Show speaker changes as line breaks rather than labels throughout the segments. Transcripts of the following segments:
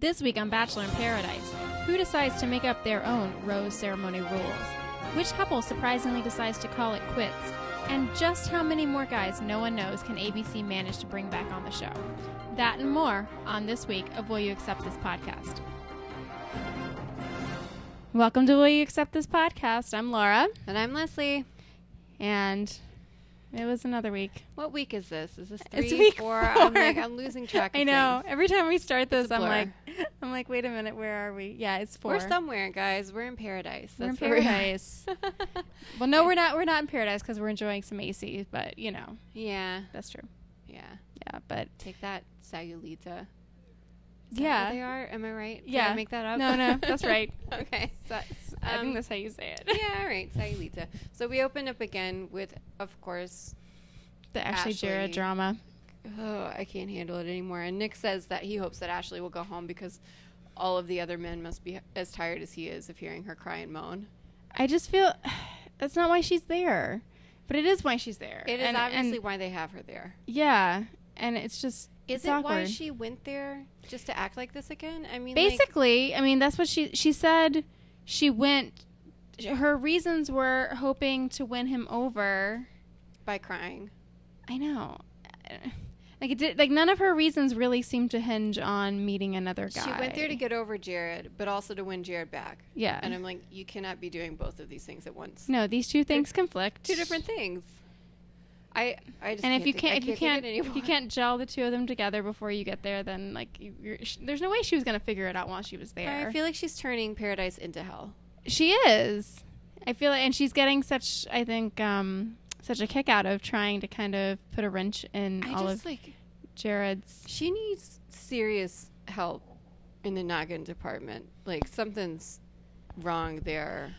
This week on Bachelor in Paradise, who decides to make up their own rose ceremony rules? Which couple surprisingly decides to call it quits? And just how many more guys no one knows can ABC manage to bring back on the show? That and more on this week of Will You Accept This Podcast. Welcome to Will You Accept This Podcast. I'm Laura,
And I'm Leslie.
and it was another week.
What week is this? Is this three,
It's week
four? I'm
four.
like I'm losing track. Of
I know.
things.
Every time we start this,
a
I'm
blur.
like, I'm like, wait a minute, where are we? Yeah, it's 4
We're somewhere, guys. We're in paradise.
We're in
where we are.
paradise. well, no, we're not. We're not in paradise because we're enjoying some AC, but you know
yeah,
that's true.
yeah.
Yeah, but
Take that, Sayulita. Is that who
yeah,
they are. Am I right? Did
Yeah.
I make that up?
No, no, that's right.
okay.
So- I
Um,
think that's how you say it.
yeah, all right, Sayulita. So we open up again with, of course,
the Ashley Jarrett
Ashley.
drama.
oh, I can't handle it anymore. And Nick says that he hopes that Ashley will go home because all of the other men must be as tired as he is of hearing her cry and moan.
I just feel that's not why she's there, but it is why she's there.
It is
And- and-
obviously why they have her there.
yeah, and it's just
Is
it's
it why
awkward.
she went there just to act like this again? I mean, like-
basically i mean that's what she she said she went her reasons were hoping to win him over
by crying.
i know like it did like none of her reasons really seemed to hinge on meeting another guy
She went there to get over Jared, but also to win Jared back.
yeah
And I'm like, you cannot be doing both of these things at once.
no these two things conflict
Two different things. I, I just
and if you
take-
can't,
I
if you
take it
can't, if you
anymore.
can't gel the two of them together before you get there, then like you- you're, sh- there's no way she was gonna figure it out while she was there.
I feel like she's turning paradise into hell.
she is. I feel like, and she's getting such, I think, um, such a kick out of trying to kind of put a wrench in
I
all of
just like
Jared's.
she needs serious help in the noggin department. Like something's wrong there.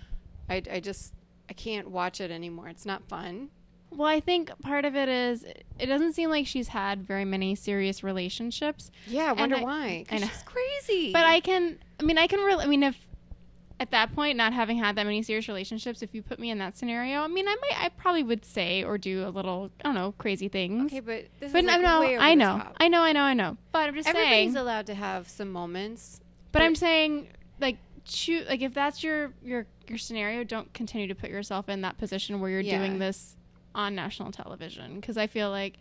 I, I just I can't watch it anymore. It's not fun.
Well, I think part of it is it doesn't seem like she's had very many serious relationships.
Yeah, I
And
wonder
I-
why.
I
'Cause
know.
she's crazy.
But I can, I mean, I can really, I mean, if at that point, not having had that many serious relationships, if you put me in that scenario, I mean, I might, I probably would say or do a little, I don't know, crazy things.
okay, but this
but
is
I
like
know,
way over
I
the
know,
top.
I know, I know, I know. But I'm just
Everybody's
saying.
allowed to have some moments.
But I'm saying, like, choo- like if that's your your your scenario, don't continue to put yourself in that position where you're
Yeah.
doing this on national television because I feel like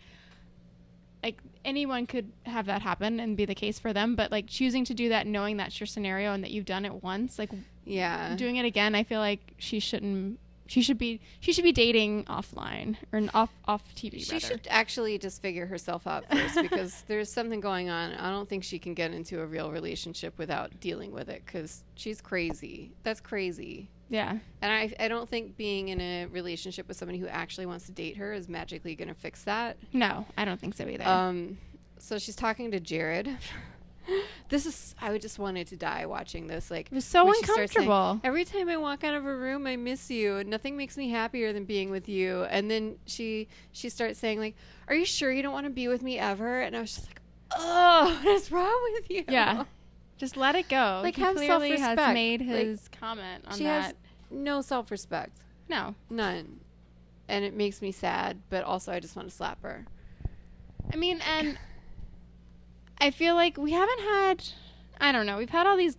like anyone could have that happen and be the case for them but like choosing to do that knowing that's your scenario and that you've done it once like
Yeah,
doing it again i feel like she shouldn't she should be she should be dating offline or an off off tv
she
rather.
should actually just figure herself out first because there's something going on. I don't think she can get into a real relationship without dealing with it because she's crazy. That's crazy.
yeah
And I, I don't think being in a relationship with somebody who actually wants to date her is magically going to fix that.
no i don't think so either
Um, so she's talking to Jared. this is I would just wanted to die watching this. Like
it was so
when she starts saying,
uncomfortable
Every time I walk out of a room, I miss you. Nothing makes me happier than being with you. And then she she starts saying like, "Are you sure you don't want to be with me ever?" And I was just like, "Oh, what is wrong with you?"
Yeah. Just let it go.
Like,
he
have
clearly has
self-respect.
made
Like,
his comment on
she
that.
has no self respect,
no,
none, and it makes me sad. But also, I just want to slap her.
I mean, and I feel like we haven't had. I don't know. We've had all these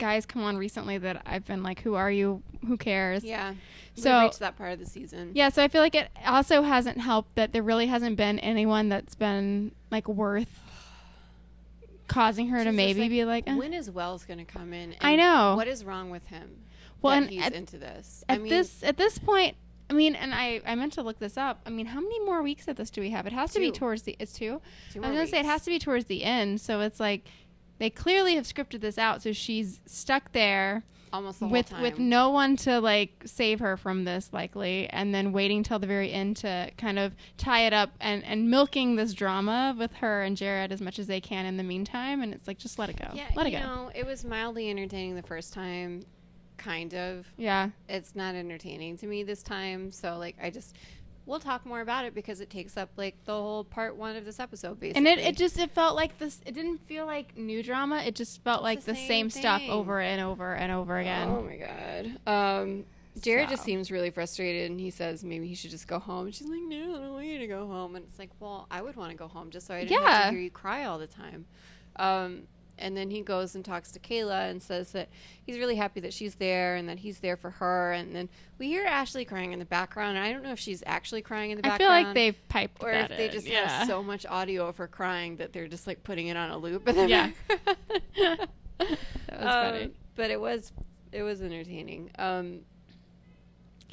guys come on recently that I've been like, "Who are you? Who cares?"
Yeah.
So-
we reached that part of the season.
Yeah, so I feel like it also hasn't helped that there really hasn't been anyone that's been like worth causing her to
She's just
maybe be like, eh.
when is Wells going to come in?
I
and
know.
What is wrong with him?
Oh. Well,
Well,
and
he's
at-
into this.
at
I mean,
this at this point. I mean, and I, I meant to look this up. I mean, how many more weeks of this do we have? It has to be
Two.
towards the it's two.
two
I
more
was gonna say it
weeks.
has to be towards the end, so it's like they clearly have scripted this out, so she's stuck there
almost the whole
with
time.
with no one to like save her from this, likely, and then waiting till the very end to kind of tie it up and and milking this drama with her and Jared as much as they can in the meantime, and it's like just let it go,
Yeah,
let it
you
go,
know, it was mildly entertaining the first time, kind of.
yeah,
It's not entertaining to me this time, so like I just we'll talk more about it because it takes up like the whole part one of this episode, basically.
and it it just it felt like this. It didn't feel like new drama. It just felt like the,
the
same,
same
stuff
thing.
over and over and over again.
Oh my god. Um, Jared
So.
just seems really frustrated, and he says maybe he should just go home. She's like, "No, I don't want you to go home." And it's like, "Well, I would want to go home just so I didn't have
Yeah.
to hear you cry all the time." Um, and then he goes and talks to Kayla and says that he's really happy that she's there and that he's there for her. And then we hear Ashley crying in the background, and I don't know if she's actually crying in the
I
background.
feel like they've piped
Or if
that
they
in.
just
yeah.
have so much audio of her crying that they're just like putting it on a loop. in the
Yeah.
background.
That was funny.
Um, But it was it was entertaining. Um,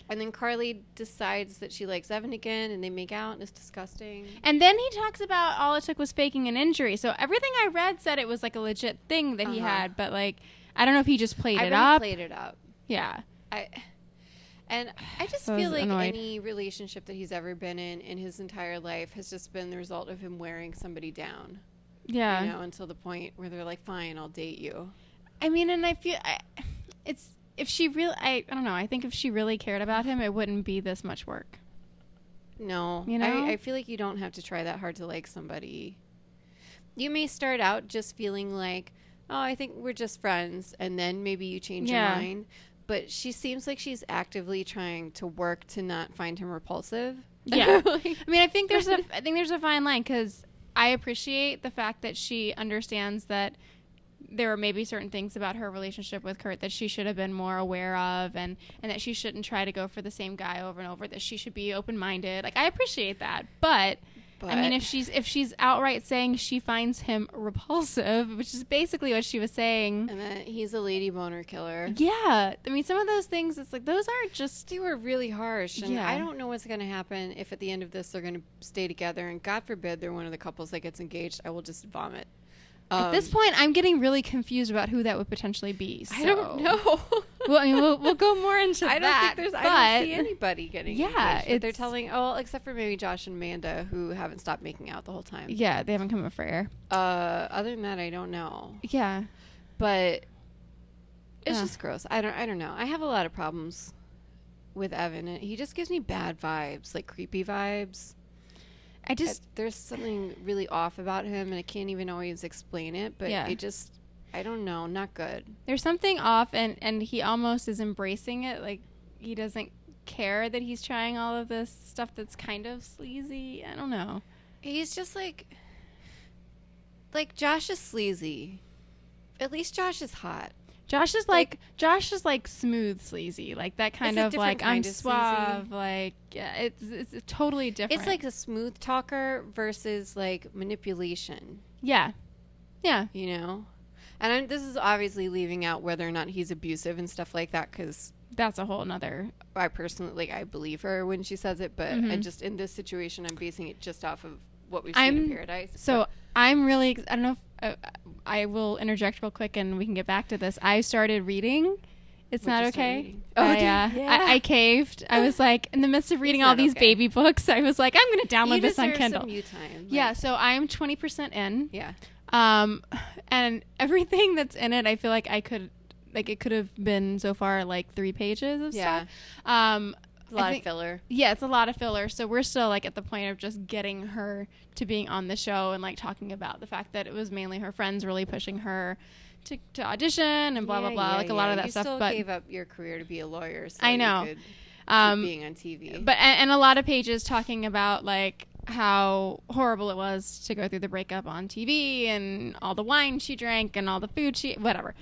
and then Carly decides that she likes Evan again, and they make out, and it's disgusting.
And then he talks about all it took was faking an injury. So everything I read said it was like a legit thing that he
Uh-huh.
had, but like I don't know if he just played
I
it
really
up.
played it up.
yeah.
I and I just
I was
feel like
annoyed.
any relationship that he's ever been in in his entire life has just been the result of him wearing somebody down.
Yeah.
You know, until the point where they're like, "Fine, I'll date you."
I mean, and I feel I, it's if she really I, I don't know, I think if she really cared about him, it wouldn't be this much work.
No.
You know?
I, I feel like you don't have to try that hard to like somebody. You may start out just feeling like, oh, I think we're just friends, and then maybe you change
Yeah.
your mind. But she seems like she's actively trying to work to not find him repulsive.
Yeah.
Like,
I mean, I think there's a I think there's a fine line cuz I appreciate the fact that she understands that there are maybe certain things about her relationship with Kurt that she should have been more aware of and and that she shouldn't try to go for the same guy over and over that she should be open-minded. Like I appreciate that, but
but
I mean, if she's if she's outright saying she finds him repulsive, which is basically what she was saying.
and that he's a lady boner killer.
Yeah, I mean, some of those things, it's like those aren't just.
They were really harsh, and
Yeah.
I don't know what's going to happen if at the end of this they're going to stay together. And God forbid they're one of the couples that gets engaged, I will just vomit.
at this
Um,
point, I'm getting really confused about who that would potentially be. So.
I don't know.
Well, I mean, we'll, we'll go more into
I don't
that.
think there's.
But
I don't see anybody getting.
Yeah,
engaged, but they're
it's-
telling. Oh, well, except for maybe Josh and Amanda, who haven't stopped making out the whole time.
Yeah, they haven't come up for air.
Uh, other than that, I don't know.
Yeah,
But it's
Ugh.
just gross. I don't. I don't know. I have a lot of problems with Evan. He just gives me bad vibes, like creepy vibes.
I just
I- there's something really off about him, and I can't even always explain it. But
Yeah.
it just. I don't know. Not good.
there's something off, and and he almost is embracing it. Like he doesn't care that he's trying all of this stuff that's kind of sleazy. I don't know.
He's just like like Josh is sleazy. At least Josh is hot.
Josh is like,
Like-
Josh is like smooth sleazy, like that kind
a
of
different
like
kind
I'm
of sleazy.
suave, like yeah, it's it's totally different.
It's like a smooth talker versus like manipulation,
yeah, yeah,
you know? And I'm, this is obviously leaving out whether or not he's abusive and stuff like that cuz
that's a whole nother.
I personally like I believe her when she says it, but I
Mhm.
just in this situation I'm basing it just off of what we've seen in
I'm-
paradise.
So I'm really ex- I don't know. if uh, I will interject real quick, and we can get back to this. I started reading. It's
What'd
not
you start
okay.
reading?
Oh
Oh,
I, uh,
did- yeah.
I, I caved. I was like, in the midst of reading all
not
these
okay.
baby books, I was like, I'm going to
You
download this on
deserve
Kindle.
Some you time. Like,
yeah, so I am 20% in.
Yeah.
um and everything that's in it i feel like i could like it could have been so far like three pages of
Yeah.
stuff um
A lot
I
of
think-
filler.
yeah it's a lot of filler so we're still like at the point of just getting her to being on the show and like talking about the fact that it was mainly her friends really pushing her to, to audition and blah blah
Yeah,
blah
yeah,
like a lot
yeah.
of that
you
stuff
Still
but
gave up your career to be a lawyer. So
I
you
know.
could
um
keep being on TV.
but and, and a lot of pages talking about like how horrible it was to go through the breakup on TV and all the wine she drank and all the food she whatever.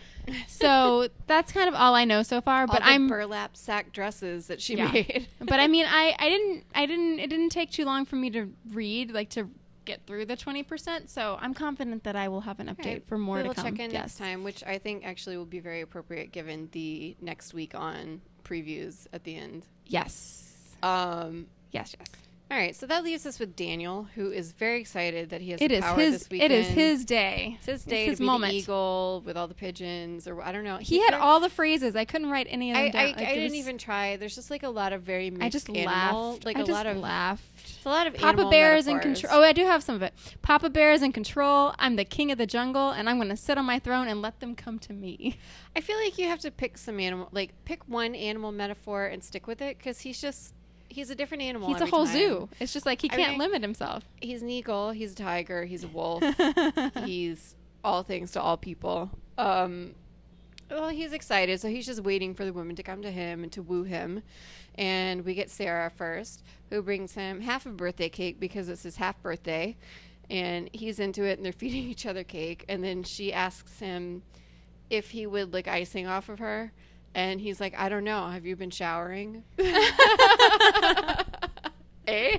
So that's kind of all I know so far.
All
But
the
I'm
burlap sack dresses that she
Yeah.
made.
but I mean I I didn't I didn't it didn't take too long for me to read like to get through the twenty percent. So I'm confident that I will have an update for more
we
to
will
come.
check in next
Yes.
time, which I think actually will be very appropriate given the next week on previews at the end.
Yes.
Um,
Yes. Yes.
all right, so that leaves us with Daniel, who is very excited that he has
It
the
is
power
his.
this
It
weekend.
is his day.
It's his day
his
to be
moment.
the eagle with all the pigeons, or I don't know.
He had
clear-
all the phrases. I couldn't write any of them
I,
down.
I,
Like,
I
it
didn't
was-
even try. There's just like a lot of very mixed
I just
animal,
laughed.
like
I
a
just
lot of
laughed.
it's a lot of
Papa
animal
Bear is in
metaphors.
control. Oh, I do have some of it. Papa Bear is in control. I'm the king of the jungle, and I'm going to sit on my throne and let them come to me.
I feel like you have to pick some animal, like pick one animal metaphor and stick with it because he's just he's a different animal.
He's a
every
whole
time.
zoo. It's just like he
I
can't
mean,
limit himself.
He's an eagle. He's a tiger. He's a wolf.
yeah,
he's all things to all people. Um, well, he's excited, so he's just waiting for the woman to come to him and to woo him. And we get Sarah first, who brings him half a birthday cake because it's his half birthday. and he's into it and they're feeding each other cake and then she asks him if he would lick icing off of her and he's like i don't know have you been showering eh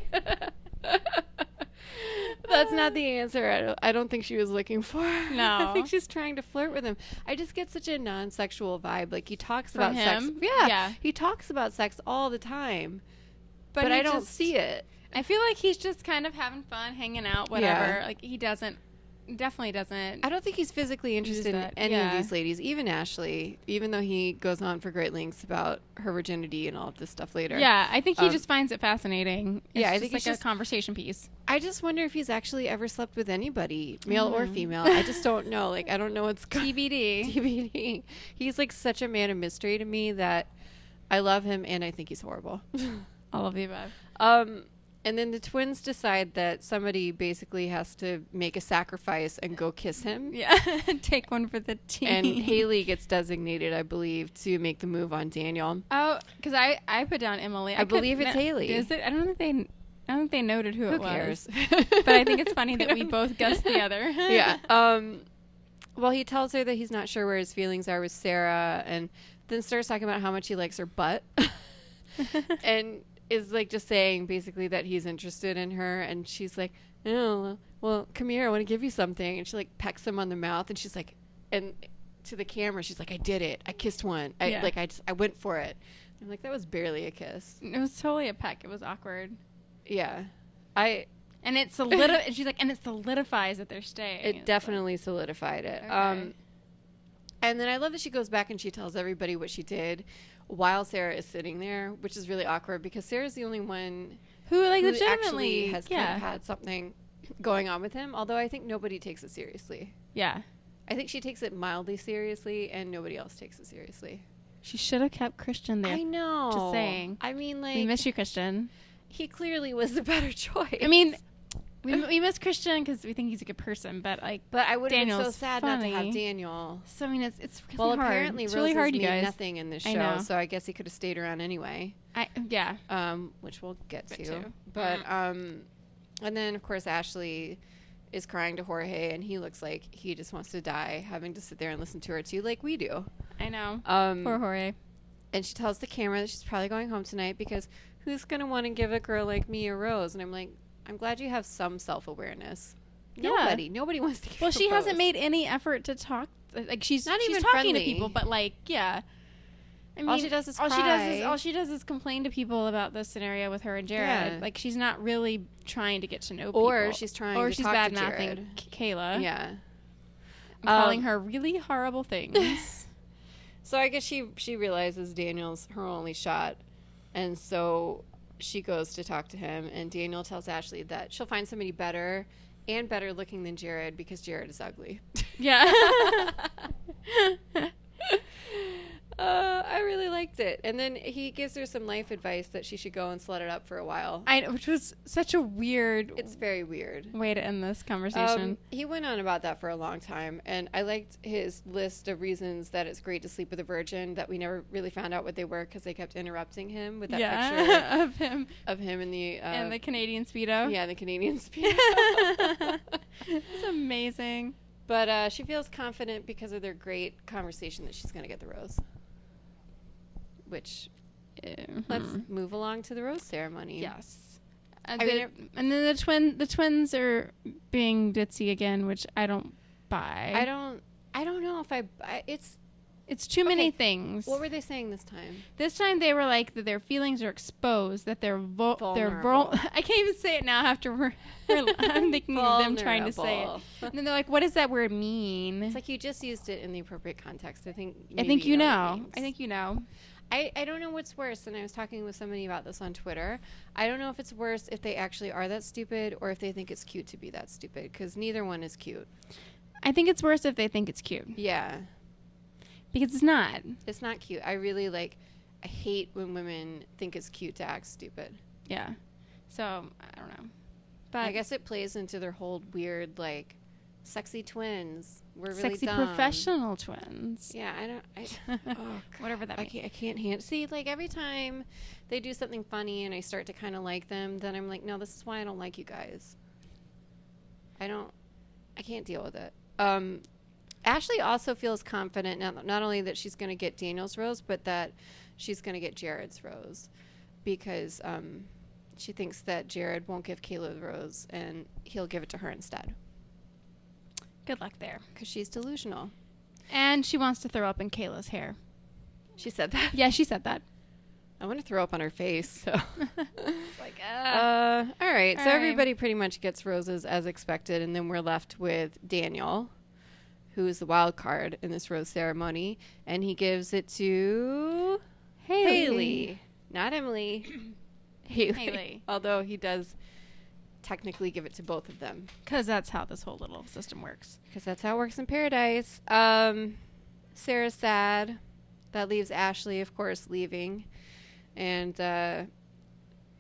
that's not the answer I don't, I don't think she was looking for i
No.
think she's trying to flirt with him i just get such a non-sexual vibe like he talks
From
about sex
him?
yeah,
Yeah.
he talks about sex all the time
But,
but,
he
i don't
just-
see it
I feel like he's just kind of having fun, hanging out, whatever.
Yeah.
Like he doesn't, definitely doesn't.
I don't think he's physically interested in
that,
any
yeah.
of these ladies, even Ashley, even though he goes on for great lengths about her virginity and all of this stuff later.
Yeah, I think he
Um,
just finds it fascinating. It's
yeah, I
just
think
like
it's
a
just-
conversation piece.
I just wonder if he's actually ever slept with anybody, male
Mm-hmm.
or female. I just don't know. Like, I don't know what's going
TBD.
TBD. He's like such a man of mystery to me that I love him and I think he's horrible.
All of the above.
Um, and then the twins decide that somebody basically has to make a sacrifice and go kiss him.
Yeah, take one for the team.
And Haley gets designated, I believe, to make the move on Daniel.
oh, because I I put down Emily.
I believe
couldn't-
it's Haley.
Is it? I don't think they. I don't think they noted who,
Who
it
cares?
was. But I think it's funny that we both guessed the other.
yeah. Um, well, he tells her that he's not sure where his feelings are with Sarah, and then starts talking about how much he likes her butt, and is like just saying basically that he's interested in her, and she's like, "Oh, well, come here, I want to give you something," and she like pecks him on the mouth, and she's like, and to the camera, she's like, "I did it, I kissed one, I
Yeah.
like, I just, I went for it." I'm like, that was barely a kiss.
It was totally a peck. It was awkward.
Yeah, I
And it solidi- she's like, and it solidifies that they're staying. It's
it
like,
definitely solidified it. Um,
Okay.
And then I love that she goes back and she tells everybody what she did while Sarah is sitting there, which is really awkward because Sarah's the only one
who like
who
legitimately
actually has kind
yeah
of had something going on with him. Although I think nobody takes it seriously.
yeah.
I think she takes it mildly seriously, and nobody else takes it seriously.
She should have kept Christian there.
I know.
Just saying.
I mean, like
we miss you, Christian.
he clearly was the better choice.
I mean, we, we miss Christian because we think he's a good person, but like,
but I would have been so
Daniel's
sad not to have
funny.
Daniel.
so I mean, it's it's really
Well,
hard.
apparently
it's
Rose
really hard,
has
you guys.
made nothing in this
I
show,
know.
so I guess he could have stayed around anyway.
I yeah,
um, which we'll get
Get
to.
to.
But um, and then of course Ashley is crying to Jorge, and he looks like he just wants to die, having to sit there and listen to her too, like we do.
I know.
Um,
Poor Jorge.
and she tells the camera that she's probably going home tonight because who's gonna want to give a girl like me a rose? And I'm like, I'm glad you have some self awareness.
Yeah.
Nobody, nobody wants to. Give
Well,
a
she hasn't
rose.
made any effort to talk. Like she's
Not
she's
even
talking
friendly.
to people, but like yeah. I mean,
All she does is
all she does is
cry.
all she does is complain to people about the scenario with her and Jared.
Yeah.
Like she's not really trying to get to know people,
Or she's trying
or
to
she's
talk
bad
to
mouthing
Jared.
Kayla,
Yeah.
and calling
Um,
her really horrible things.
So I guess she she realizes Daniel's her only shot, and so she goes to talk to him. And Daniel tells Ashley that she'll find somebody better and better looking than Jared because Jared is ugly.
yeah.
Uh, I really liked it. And then he gives her some life advice that she should go and slut it up for a while.
I, which was such a weird
It's very weird.
way to end this conversation.
Um, he went on about that for a long time, and I liked his list of reasons that it's great to sleep with a virgin. That we never really found out what they were because they kept interrupting him with that picture
yeah, of him
of him in the uh,
and the Canadian speedo.
yeah the Canadian speed.
it's amazing.
but uh, she feels confident because of their great conversation that she's going to get the rose. Which let's move along to the rose ceremony.
Hmm. yes. And,
I mean,
the- and then the twin, the twins are being ditzy again, which I don't buy.
I don't. I don't know if I, I. It's
It's too many
okay,
things.
what were they saying this time?
this time they were like that their feelings are exposed, that they're vul- they're vul-
Vulnerable.
I can't even say it now after we're, we're- I'm thinking of them trying to say it.
Vulnerable.
And then they're like, "What does that word mean?"
It's like you just used it in the appropriate context. I think.
I
maybe
think you
what it
know.
means.
I think you know.
I, I don't know what's worse, and I was talking with somebody about this on Twitter. I don't know if it's worse if they actually are that stupid or if they think it's cute to be that stupid, because neither one is cute.
I think it's worse if they think it's cute
Yeah,
because it's not.
it's not cute. I really like, I hate when women think it's cute to act stupid.
Yeah. So I don't know. But
I guess it plays into their whole weird, like, sexy twins. We're really
sexy
dumb.
professional twins.
Yeah, I don't. I, oh,
Whatever that
I
means.
can't, I can't hand see like every time they do something funny and I start to kind of like them, then I'm like, no, this is why I don't like you guys. I don't. I can't deal with it. Um, Ashley also feels confident not not only that she's going to get Daniel's rose, but that she's going to get Jared's rose because um, she thinks that Jared won't give Kayla the rose and he'll give it to her instead
Good luck there.
because she's delusional.
And she wants to throw up in Kayla's hair.
She said that.
Yeah, she said that.
I want to throw up on her face. So.
like,
Uh, all right.
All
so
right.
everybody pretty much gets roses as expected, and then we're left with Daniel, who is the wild card in this rose ceremony, and he gives it to
Haley.
Haley, not Emily. Haley.
Haley.
Although he does technically give it to both of them
Because that's how this whole little system works.
because that's how it works in paradise. Um, Sarah's sad. That leaves Ashley, of course, leaving, and uh,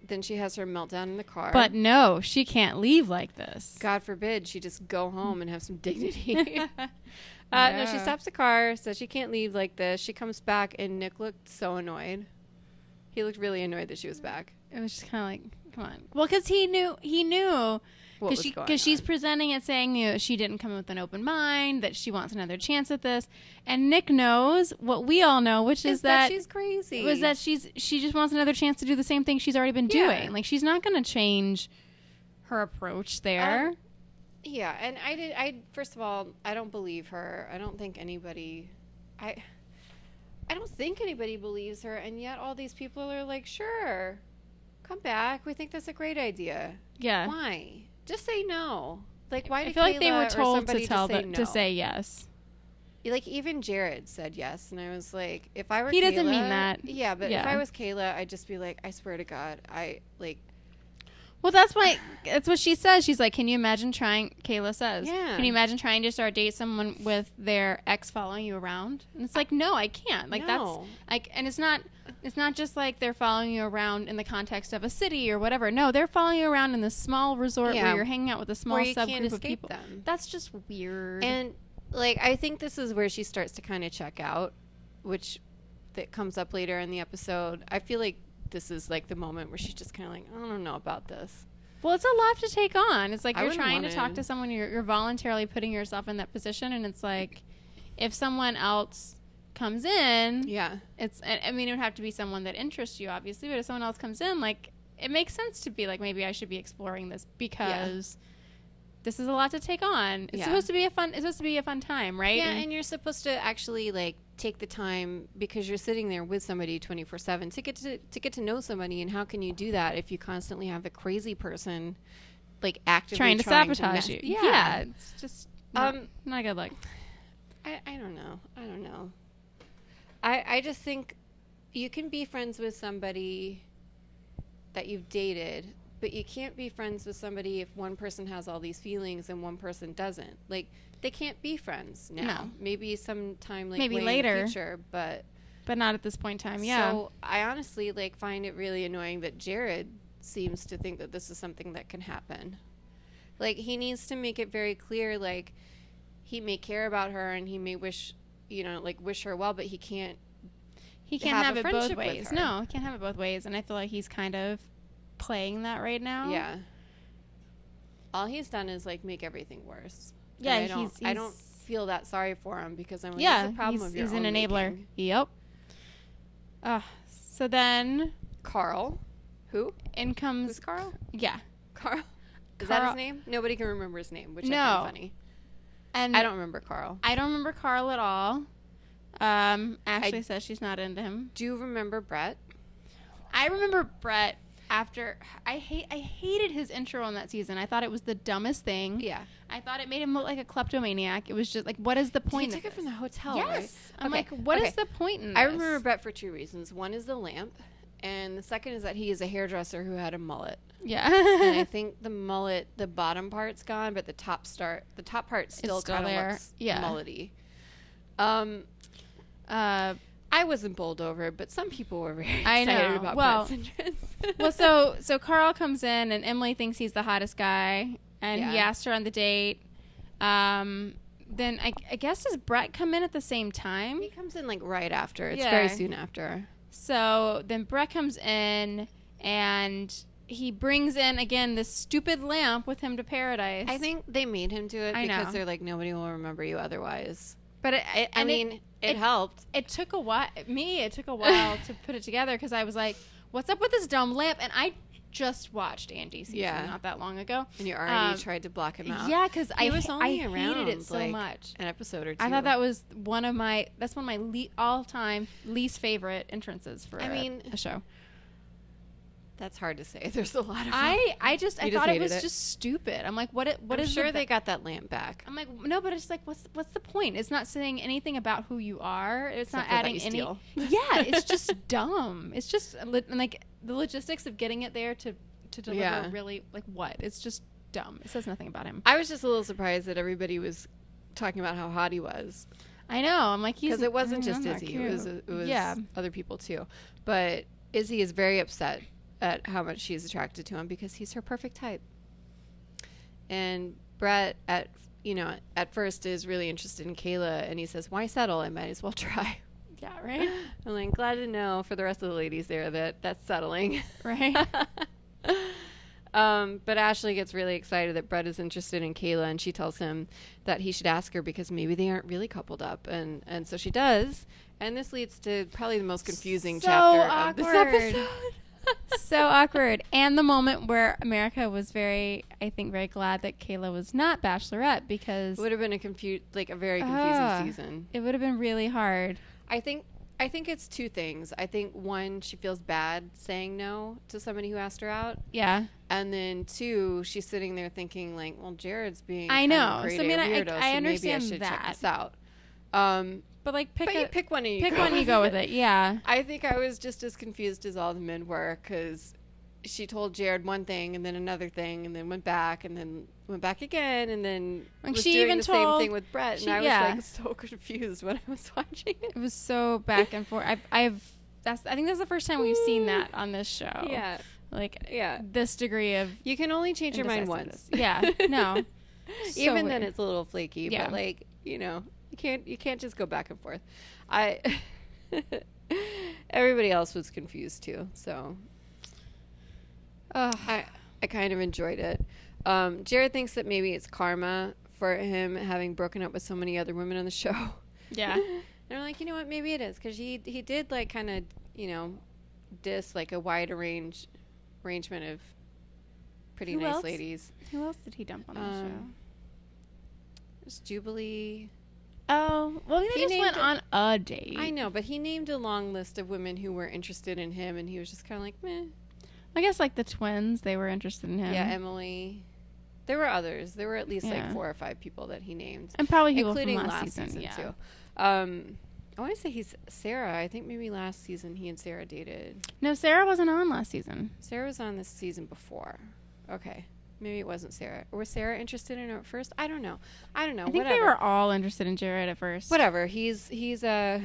then she has her meltdown in the car.
But no, she can't leave like this.
God forbid she just go home and have some dignity. uh, No, she stops the car, so she can't leave like this. She comes back, and Nick looked so annoyed. He looked really annoyed that she was back.
It was just kind of like, come on. Well, because he knew, he knew.
What
Because
was
she,
going
cause she's
on?
presenting it saying you know, she didn't come with an open mind, that she wants another chance at this. And Nick knows what we all know, which is,
Is
that,
she's crazy?
was that she's she just wants another chance to do the same thing she's already been
Yeah.
doing. Like she's not going to change her approach there.
Um, yeah, and I did. I first of all, I don't believe her. I don't think anybody. I. I don't think anybody believes her, and yet all these people are like, "Sure, come back. We think that's a great idea."
yeah.
Why? Just say no. Like, why?
I
did
feel like they
Kayla
were
or
told
somebody
to tell
say
the,
no?
to say yes.
like even Jared said yes, and I was like, if I were
He doesn't
Kayla-
mean that.
Yeah, but if
Yeah.
I was Kayla, I'd just be like, I swear to God, I like.
Well, that's why that's what she says. She's like, "Can you imagine trying?" Kayla says,
Yeah.
"Can you imagine trying to start date someone with their ex following you around?" And it's like, "No, I can't." Like
No.
that's like, and it's not it's not just like they're following you around in the context of a city or whatever. No, they're following you around in this small resort
Yeah.
where you're hanging out with a small
Where you can't
subgroup of
escape
people.
them.
That's just weird.
And like, I think this is where she starts to kind of check out, which that comes up later in the episode. I feel like this is like the moment where she's just kind of like, I don't know about this.
Well, it's a lot to take on. It's like
I
you're
wouldn't
trying to
want
talk
to.
to someone, you're, you're voluntarily putting yourself in that position, and it's like if someone else comes in,
Yeah,
it's, I I mean, it would have to be someone that interests you, obviously, but if someone else comes in, like, it makes sense to be like, maybe I should be exploring this because. This is a lot to take on. It's
Yeah.
supposed to be a fun. It's supposed to be a fun time, right?
yeah,
And-
and you're supposed to actually like take the time because you're sitting there with somebody 24 7 to get to, to get to know somebody and how can you do that if you constantly have a crazy person like actively
trying to sabotage
mess-
you.
yeah,
it's just not,
Um,
not a good look.
I, I don't know i don't know i i just think you can be friends with somebody that you've dated but you can't be friends with somebody if one person has all these feelings and one person doesn't like they can't be friends now
No.
maybe sometime like
Maybe
way in the
later.
future but
But not at this point in time. Yeah.
So I honestly like find it really annoying that Jared seems to think that this is something that can happen. Like he needs to make it very clear like he may care about her and he may wish, you know, like wish her well, but he can't
He can't have,
have a
it both
friendship with
ways.
her.
No, he can't have it both ways. And I feel like he's kind of playing that right now.
yeah. All he's done is like make everything worse. And
Yeah,
I don't
he's-
I don't
he's-
feel that sorry for him because I'm like yeah,
Yeah.
a problem
he's
of your
he's an
own
enabler.
making."
Yep. Uh, so then
Carl. Who?
in comes.
Who's Carl?
Yeah.
Carl. Is that
Carl-
his name? Nobody can remember his name, which I
No.
find funny.
And
I don't remember Carl.
I don't remember Carl at all. Um, Ashley
I-
says she's not into him.
Do you remember Brett?
I remember Brett after I hate I hated his intro on that season. I thought it was the dumbest thing.
Yeah.
I thought it made him look like a kleptomaniac. It was just like, what is the point?
He
of
took it
this?
from the hotel. right?
Yes. I'm
Okay,
like, what is
okay.
the point in this?
I remember Brett for two reasons. One is the lamp, and the second is that he is a hairdresser who had a mullet.
Yeah.
and I think the mullet, the bottom part's gone, but the top start, the top part still,
still
kind of
there.
looks
Yeah.
mullety. Um,
uh,
I wasn't bowled over, but some people were very
I
excited
know.
about
Well-
Brett's entrance.
well, so so Carl comes in and Emily thinks he's the hottest guy, and he
Yeah.
asked her on the date. Um, then I, I guess does Brett come in at the same time?
he comes in like right after. It's
Yeah.
very soon after.
So then Brett comes in and he brings in again this stupid lamp with him to paradise.
I think they made him do it
I
because
know.
they're like nobody will remember you otherwise.
but it,
I, I
and it-
mean, it,
it-
helped.
it took a while. Me, it took a while to put it together because I was like, "What's up with this dumb lamp?" And I just watched Andy season
Yeah.
not that long ago.
And you already
um,
tried to block him out.
Yeah, because I
was
ha-
only
I
around,
hated it so
like,
much.
an episode or two.
I thought that was one of my that's one of my le- all time least favorite entrances for
I
a-
mean,
a show.
that's hard to say. There's a lot of.
I I just I
uh-huh. You just
thought it
hated
was
it.
just stupid. I'm like, what? It, what
I'm
is the
sure
ba-
they got that lamp back.
I'm like, no, but it's like, what's what's the point? It's not saying anything about who you are. It's
Except
not
for that
adding
you
any.
steal.
Yeah, it's just dumb. It's just a li- and like the logistics of getting it there to to deliver
Yeah.
really like what? It's just dumb. It says nothing about him.
I was just a little surprised that everybody was talking about how hot he was
I know. I'm like, he's
because it wasn't
I'm
just
not
Izzy; it was
cute.
it was
yeah.
other people too. But Izzy is very upset at how much she's attracted to him because he's her perfect type. And Brett, at you know, at first is really interested in Kayla, and he says, "Why settle? I might as well try."
Yeah. Right.
I'm like, glad to know for the rest of the ladies there that that's settling.
Right.
um, but Ashley gets really excited that Brett is interested in Kayla, and she tells him that he should ask her because maybe they aren't really coupled up, and and so she does, and this leads to probably the most confusing
So
chapter of
awkward.
this episode.
so awkward. And the moment where America was very, I think, very glad that Kayla was not Bachelorette because
It would have been a confu- like a very confusing
Ah.
season.
it would have been really hard.
I think I think it's two things. I think one, she feels bad saying no to somebody who asked her out,
Yeah.
And then two, she's sitting there thinking like, "Well, Jared's being
I
kind of
know. So,
great
I mean,
a
I- I-
weirdo,
I
so
understand
maybe I should
that.
check this out." Um,
But like pick
but you
a,
pick one and you
pick
go
one you go with it. Yeah.
I think I was just as confused as all the men were because she told Jared one thing and then another thing and then went back and then went back again and then
Like,
was
she
doing
even
the
told-
same thing with Brett
she-
and I was
yeah.
like so confused when I was watching it.
It was so back and forth. I've, I've that's I think that's the first time we've seen that on this show.
Yeah,
Like
yeah.
this degree of
You can only change your mind once.
indecisiveness. Yeah. No. So
even
weird.
then it's a little flaky
Yeah.
but like you know you can't you can't just go back and forth i everybody else was confused too so i i kind of enjoyed it um jared thinks that maybe it's karma for him having broken up with so many other women on the show
Yeah.
and I'm like, you know what? Maybe it is because he he did like kind of you know diss like a wide range arrangement of pretty
Who
nice
else?
ladies.
Who else did he dump on the
Um, There's Jubilee.
show? Oh, well, they
he
just
named
went
it-
on a date.
I know, but he named a long list of women who were interested in him, and he was just kind of like, meh.
I guess like the twins, they were interested in him.
Yeah, Emily. There were others. There were at least
Yeah.
like four or five people that he named,
and probably people
including
from
last,
last,
season,
yeah.
too. Um, I want to say he's Sarah. I think maybe last season he and Sarah dated.
No, Sarah wasn't on last season.
Sarah was on this season before. Okay. Maybe it wasn't Sarah. Was Sarah interested in her at first? I don't know. I don't know.
I think
Whatever.
they were all interested in Jared at first.
Whatever. He's he's uh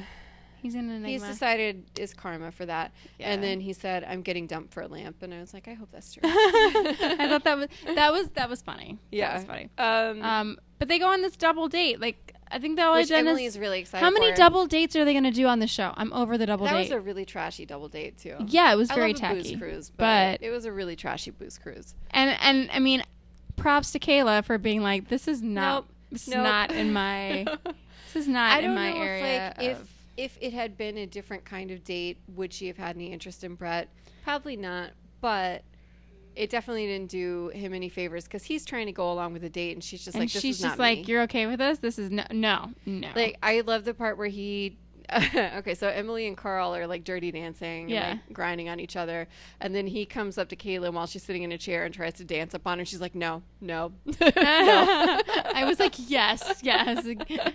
He's in an
he's
enigma.
decided is karma for that.
Yeah.
And then he said, I'm getting dumped for a lamp and I was like, I hope that's true.
I thought that was that was that was funny. that
Yeah.
was funny.
Um,
Um, but they go on this double date. Like I think the whole
which
agenda
Emily
is
is really excited.
how many
for.
double dates are they going to do on the show? I'm over the double
That
date.
was a really trashy double date too.
yeah, it was
I
very
love a
tacky.
booze cruise,
but-
but, it was a really trashy booze cruise.
And and I mean, props to Kayla for being like, this is not
Nope.
this is
Nope.
not in my this is not
I
in
don't
my
know
area.
if like
of-
if if it had been a different kind of date, would she have had any interest in Brett? Probably not, but it definitely didn't do him any favors because he's trying to go along with the date, and she's just
and
like, "This
she's
is
just
not
like,
me."
you're okay with this? This is no no no.
Like, I love the part where he. okay, so Emily and Carl are like dirty dancing,
Yeah.
and, like, grinding on each other, and then he comes up to Caitlin while she's sitting in a chair and tries to dance upon her. She's like, "No, no, no."
I was like, yes, yes. I,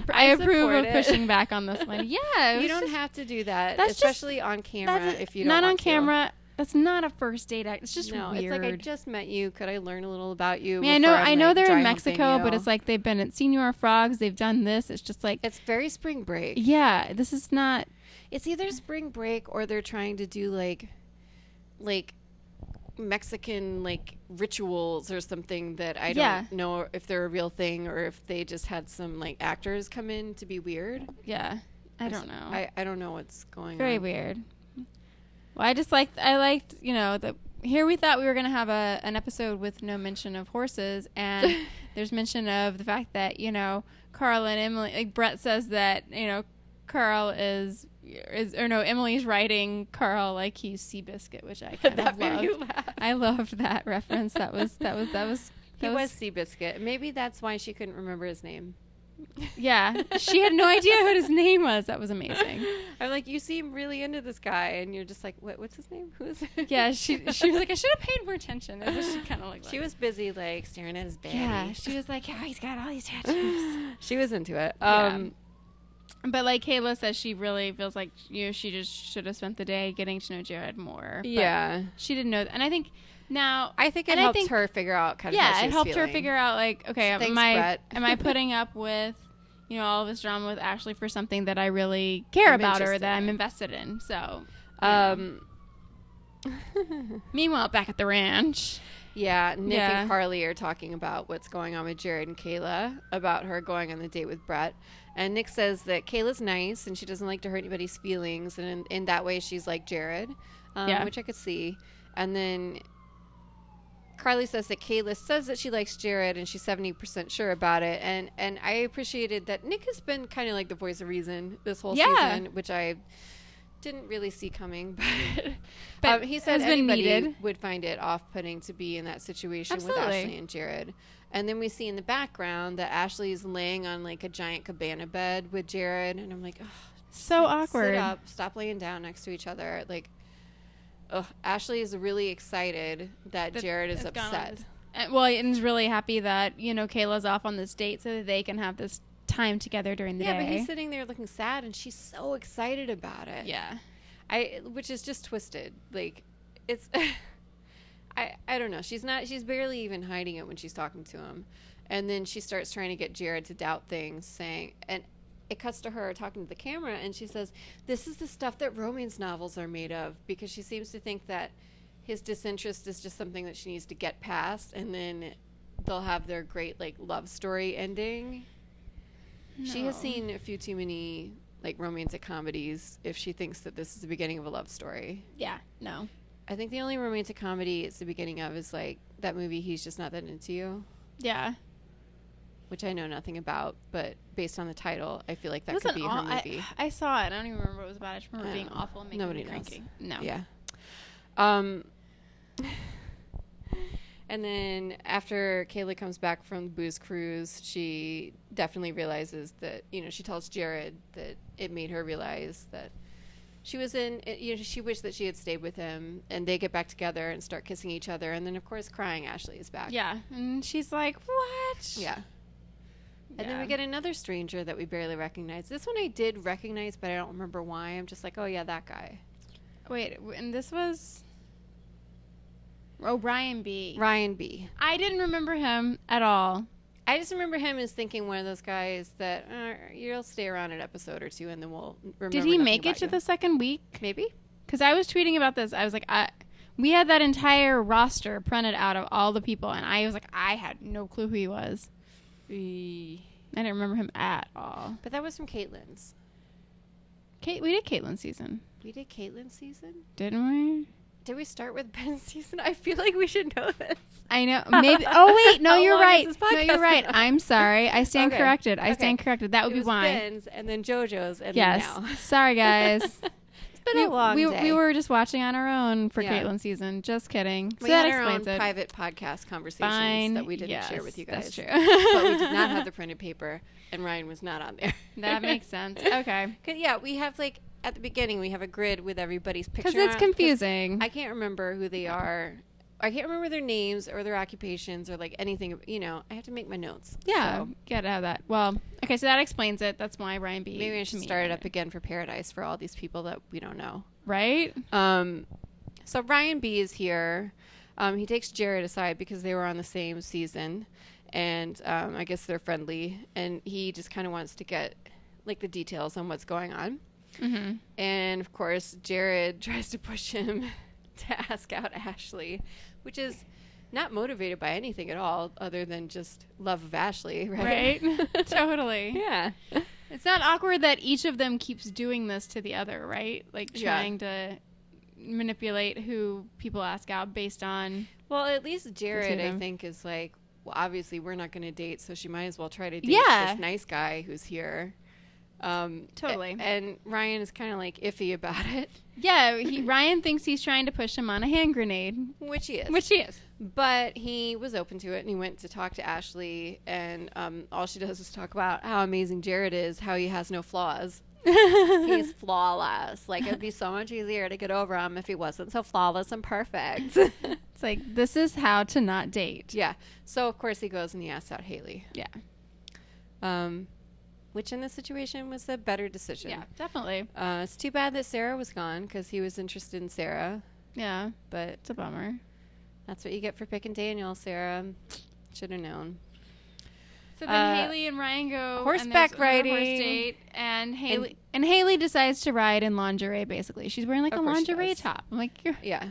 appro- I
I
approve
support
of
it.
pushing back on this one. Yeah, it
you
was
don't
just-
have to do that,
That's just-
especially on camera.
that's-
if you don't
not on
want to.
camera, that's not a first date act. It's just
no,
weird.
it's like I just met you. Could I learn a little about you?
I mean, I know,
before
I
I'm,
know
like,
they're in
dry humping
Mexico, but
you?
it's like they've been at Senior Frogs. They've done this. It's just like,
it's very spring break.
yeah, this is not.
It's either spring break or they're trying to do like, like Mexican like rituals or something that I don't
Yeah.
know if they're a real thing or if they just had some like actors come in to be weird.
Yeah, I don't know.
I, I don't know what's going
Very
on.
weird. Well, I just liked. I liked, you know, that here we thought we were going to have a, an episode with no mention of horses, and there's mention of the fact that you know Carl and Emily. Like Brett says that you know Carl is is or no Emily's writing Carl like he's Seabiscuit, which I kind
that
of
made you
loved.
laugh.
I loved that reference. That was that was that was.
He
that
was Seabiscuit. Maybe that's why she couldn't remember his name.
yeah. She had no idea what his name was. That was amazing.
I'm like, you seem really into this guy, and you're just like, what, what's his name? Who is it?
Yeah, she she was like, I should have paid more attention. That's what she kind of looked like.
She was busy, like staring at his baby.
Yeah, she was like, oh, he's got all these tattoos.
she was into it.
Yeah.
Um,
But like Kayla says, she really feels like you know, she just should have spent the day getting to know Jared more. But
yeah.
she didn't know, that. and I think now,
I think it
And I
helped
think-
her figure out kind of. how
yeah,
she
it
was
helped her
feeling.
figure out like, okay,
Thanks,
am I
Brett.
am I putting up with you know all this drama with Ashley for something that I really care
I'm
about or
interested
that I'm
in.
invested in? So,
Um,
meanwhile, back at the ranch,
yeah, Nick
Yeah.
and Carly are talking about what's going on with Jared and Kayla about her going on the date with Brett, and Nick says that Kayla's nice and she doesn't like to hurt anybody's feelings, and in, in that way she's like Jared, um,
Yeah.
which I could see. And then Carly says that Kayla says that she likes Jared and she's seventy percent sure about it, and and I appreciated that Nick has been kind of like the voice of reason this whole
Yeah.
season, which I didn't really see coming, but,
But
um, he said
has been
anybody
needed.
would find it off-putting to be in that situation with
Absolutely.
Ashley and Jared. And then we see in the background that Ashley is laying on like a giant cabana bed with Jared, and I'm like, oh,
so
Sit
awkward.
up, stop laying down next to each other. Like, ugh, Ashley is really excited that,
that
Jared is
has gone on
upset.
this- and- well, and is really happy that you know Kayla's off on this date so that they can have this time together during the
Yeah,
day.
but he's sitting there looking sad, and she's so excited about it.
yeah.
I which is just twisted. Like it's I I don't know. She's not she's barely even hiding it when she's talking to him. And then she starts trying to get Jared to doubt things, saying and it cuts to her talking to the camera and she says, "This is the stuff that romance novels are made of" because she seems to think that his disinterest is just something that she needs to get past and then they'll have their great like love story ending. She has
No.
seen a few too many like romantic comedies if she thinks that this is the beginning of a love story.
Yeah. No.
I think the only romantic comedy it's the beginning of is like that movie He's Just Not That Into You,
Yeah.
which I know nothing about, but based on the title, I feel like that
Wasn't
could be
all-
her movie.
I, I saw it. I don't even remember what it was about. I just remember
I
being
don't know.
awful and making
Nobody
me
knows.
cranky. No.
Yeah. Um and then after Kayla comes back from the booze cruise, she definitely realizes that, you know, she tells Jared that it made her realize that she was in it- you know she wished that she had stayed with him and they get back together and start kissing each other and then of course crying Ashley is back.
Yeah. And she's like, "What?"
Yeah. And then we
Yeah.
get another stranger that we barely recognize. This one I did recognize, but I don't remember why. I'm just like, oh yeah, that guy.
Wait, w- and this was O'Brien B.
Ryan B.
I didn't remember him at all.
I just remember him as thinking one of those guys that uh, you'll stay around an episode or two and then we'll remember.
Did he
nothing
make it
about
to
you.
the second week?
Maybe.
Because I was tweeting about this. I was like, I, we had that entire roster printed out of all the people, and I was like, I had no clue who he was. I didn't remember him at all.
But that was from Caitlin's.
Kate, we did Caitlin's season,
We did Caitlin's season.
didn't we?
Did we start with Ben's season? I feel like we should know this.
I know. Maybe. Oh wait, no,
How
you're
long
right.
has this
No,
podcast
you're right.
been?
I'm sorry. I stand
Okay.
corrected. I
Okay.
stand corrected. That would
it
be
was
why.
Ben's and then JoJo's and
Yes.
then now.
Sorry, guys.
it's been
we,
a long
we,
day.
we were just watching on our own for
Yeah.
Caitlin's season. Just kidding.
We
so that
had our own
explains it.
private podcast conversations
Fine.
that we didn't
Yes,
share with you guys.
That's true.
but we did not have the printed paper, and Ryan was not on there.
that makes sense. Okay.
'Cause, yeah, we have like at the beginning we have a grid with everybody's picture.
Because it's
on-
confusing.
I can't remember who they are. I can't remember their names or their occupations or like anything. You know, I have to make my notes.
yeah.
So
Gotta have that. Well, okay. So that explains it. That's why Ryan B.
maybe I
to
should
me
start it
did
up again for Paradise for all these people that we don't know.
Right?
Um, so Ryan B is here. Um, he takes Jared aside because they were on the same season, and um, I guess they're friendly. And he just kind of wants to get like the details on what's going on.
Mm-hmm.
And of course, Jared tries to push him to ask out Ashley, which is not motivated by anything at all other than just love of Ashley, right?
Right? totally.
yeah.
It's not awkward that each of them keeps doing this to the other, right? Like
Yeah.
trying to manipulate who people ask out based on.
Well, at least Jared, I
them.
think, is like, well, obviously we're not going to date, so she might as well try to date
Yeah.
this nice guy who's here. Um, a-
Totally.
and Ryan is kind of like iffy about it,
Yeah, he, Ryan thinks he's trying to push him on a hand grenade,
which he is.
which he is.
but he was open to it, and he went to talk to Ashley, and um, all she does is talk about how amazing Jared is, how he has no flaws. He's flawless. Like it'd be so much easier to get over him if he wasn't so flawless and perfect.
It's like this is how to not date.
yeah. So of course he goes and he asks out Haley.
Yeah,
um, which in this situation was the better decision.
yeah, definitely.
Uh, it's too bad that Sarah was gone because he was interested in Sarah,
Yeah,
but
it's a bummer.
that's what you get for picking Daniel, Sarah. Should have known.
So then
Uh,
Haley and Ryan go
horseback
and there's another
riding.
horse date, and Haley and, Haley decides to ride in lingerie. Basically, she's wearing like
Of
a
course she
lingerie
does.
top. I'm like, You're,
Yeah.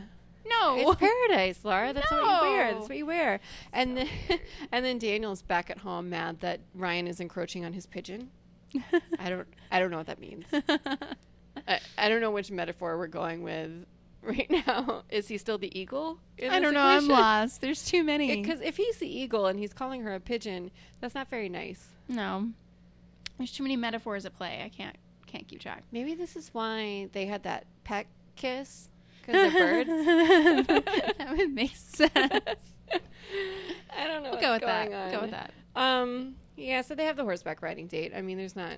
no,
It's paradise, Laura. That's what you wear.
No.
That's what you wear. And then, and then Daniel's back at home mad that Ryan is encroaching on his pigeon. I don't I don't know what that means. I, I don't know which metaphor we're going with right now. Is he still the eagle? in
I
this
don't know. I'm
equation?
lost. There's too many.
Because if he's the eagle and he's calling her a pigeon, that's not very nice.
no, there's too many metaphors at play. I can't can't keep track.
Maybe this is why they had that peck kiss because of birds.
that would make sense.
I don't
We'll
know. what's
go with that.
going On.
Go with that.
Um. Yeah. So they have the horseback riding date. I mean, there's not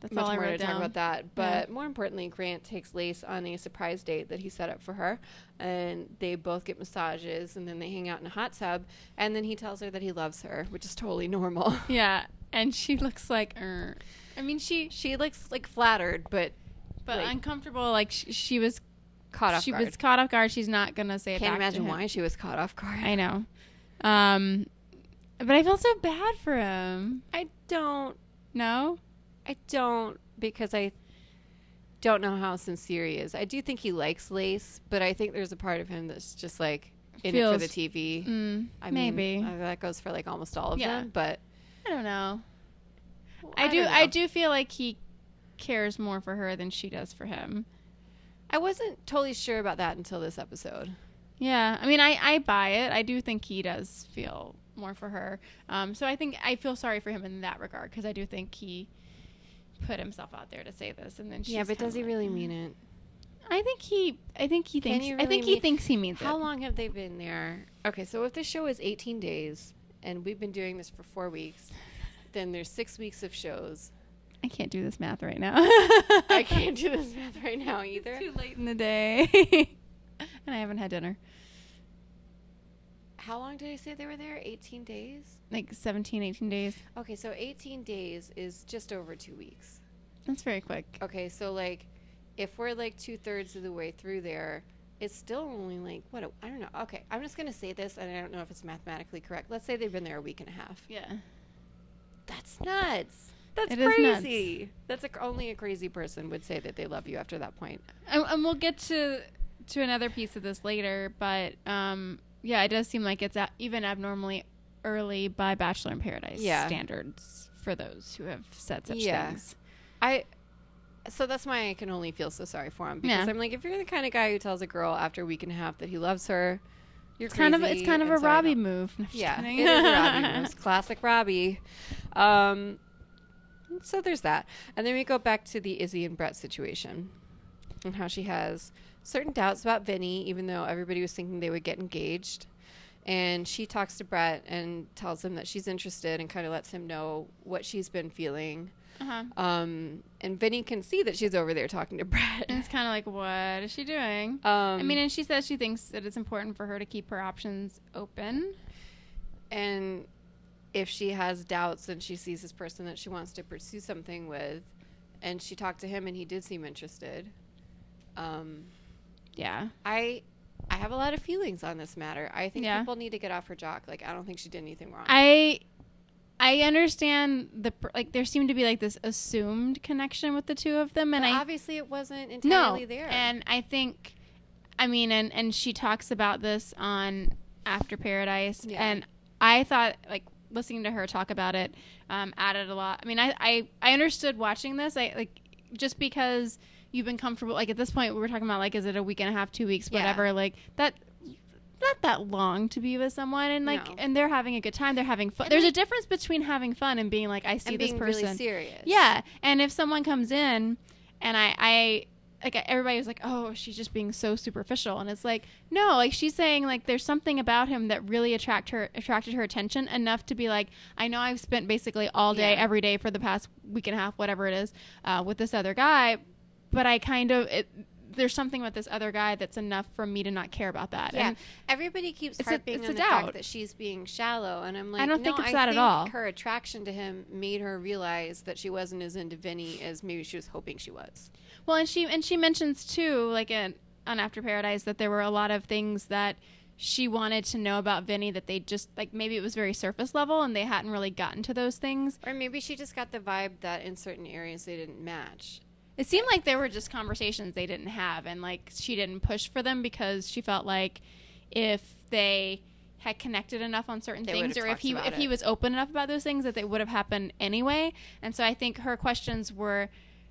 That's all
much
I
more
wrote
to
down.
talk about that. But more importantly, Grant takes Lace on a surprise date that he set up for her, and they both get massages, and then they hang out in a hot tub, and then he tells her that he loves her, which is totally normal.
Yeah, and she looks like, er. I mean, she
she looks like flattered, but
but
Like-
uncomfortable. Like she, she was
caught off
she
guard.
was caught off guard. She's not gonna say it.
Can't
back to
imagine
him.
why she was caught off guard.
I know, um, but I felt so bad for him.
I don't.
No,
I don't because I don't know how sincere he is. I do think he likes Lace, but I think there's a part of him that's just like in it for
Feels-
the TV.
mm,
I mean,
maybe
uh, that goes for like almost all of
Yeah.
them. But
I don't know. I, do.
don't know.
I do feel like he cares more for her than she does for him.
I wasn't totally sure about that until this episode.
Yeah, I mean, I I buy it. I do think he does feel more for her. Um, so I think I feel sorry for him in that regard because I do think he put himself out there to say this, and then she's
yeah, but does
kinda
he
like, "Mm,
really mean it?
I think he. I think he
Can
thinks.
you
I
really
think he
mean-
thinks he means
How
it.
long have they been there? Okay, so if this show is 18 days and we've been doing this for four weeks, then there's six weeks of shows.
I can't do this math right now.
I can't do this math right now either.
It's too late in the day, and I haven't had dinner.
How long did I say they were there? 18 days?
Like 17, 18 days.
Okay, so 18 days is just over two weeks.
That's very quick.
Okay, so like if we're like two thirds of the way through there, it's still only like, what, a- I don't know. Okay, I'm just going to say this and I don't know if it's mathematically correct. Let's say they've been there a week and a half.
Yeah.
That's nuts. That's
It is nuts.
crazy. That's a, cr- only a crazy person would say that they love you after that point.
and, and we'll get to to another piece of this later but um yeah it does seem like it's a- even abnormally early by bachelor in paradise
Yeah.
standards for those who have said such
Yeah.
things
I so that's why I can only feel so sorry for him because
Yeah.
I'm like, if you're the kind of guy who tells a girl after a week and a half that he loves her, you're
it's kind of it's kind of a robbie move No, I'm just
Yeah,
kidding.
it is a Robbie move. It's classic Robbie. Um, so there's that, and then we go back to the Izzy and Brett situation and how she has certain doubts about Vinny, even though everybody was thinking they would get engaged. And she talks to Brett and tells him that she's interested and kind of lets him know what she's been feeling.
uh-huh.
Um, and Vinny can see that she's over there talking to Brett.
and it's kind of like what is she doing
Um,
i mean and she says she thinks that it's important for her to keep her options open
and if she has doubts and she sees this person that she wants to pursue something with, and she talked to him and he did seem interested. Um,
yeah
I, I have a lot of feelings on this matter. I think
Yeah.
people need to get off her jock. Like I don't think she did anything wrong.
I I understand the pr- like there seemed to be like this assumed connection with the two of them and
But
I
obviously it wasn't
no
entirely there.
and I think I mean and and she talks about this on After Paradise
Yeah.
and I thought like listening to her talk about it um added a lot I mean I I I understood watching this I like just because you've been comfortable. Like at this point, we were talking about like, is it a week and a half, two weeks,
Yeah.
whatever. Like that, not that long to be with someone, and like,
No.
and they're having a good time. They're having fun.
And
There's
they-
a difference between having fun and being like, I see
and
this
being
person.
really serious.
Yeah, and if someone comes in, and I, I like everybody was like, oh, she's just being so superficial, and it's like, no, like she's saying like there's something about him that really attract her attracted her attention enough to be like, I know I've spent basically all day
Yeah.
every day for the past week and a half, whatever it is, uh, with this other guy, but I kind of it, there's something with this other guy that's enough for me to not care about that.
Yeah,
And
everybody keeps
It's a-
harping
it's
on
a
the fact
doubt.
that she's being shallow, and I'm like,
don't
no,
think it's
I
that at
think
all.
Her attraction to him made her realize that she wasn't as into Vinny as maybe she was hoping she was.
Well, and she and she mentions too, like in, on After Paradise, that there were a lot of things that she wanted to know about Vinny that they just like maybe it was very surface level and they hadn't really gotten to those things.
Or maybe she just got the vibe that in certain areas they didn't match.
It seemed like there were just conversations they didn't have and like she didn't push for them because she felt like if they had connected enough on certain
They
things
would've
or if
talked
he
about
if he
it.
was open enough about those things that they would have happened anyway. And so I think her questions were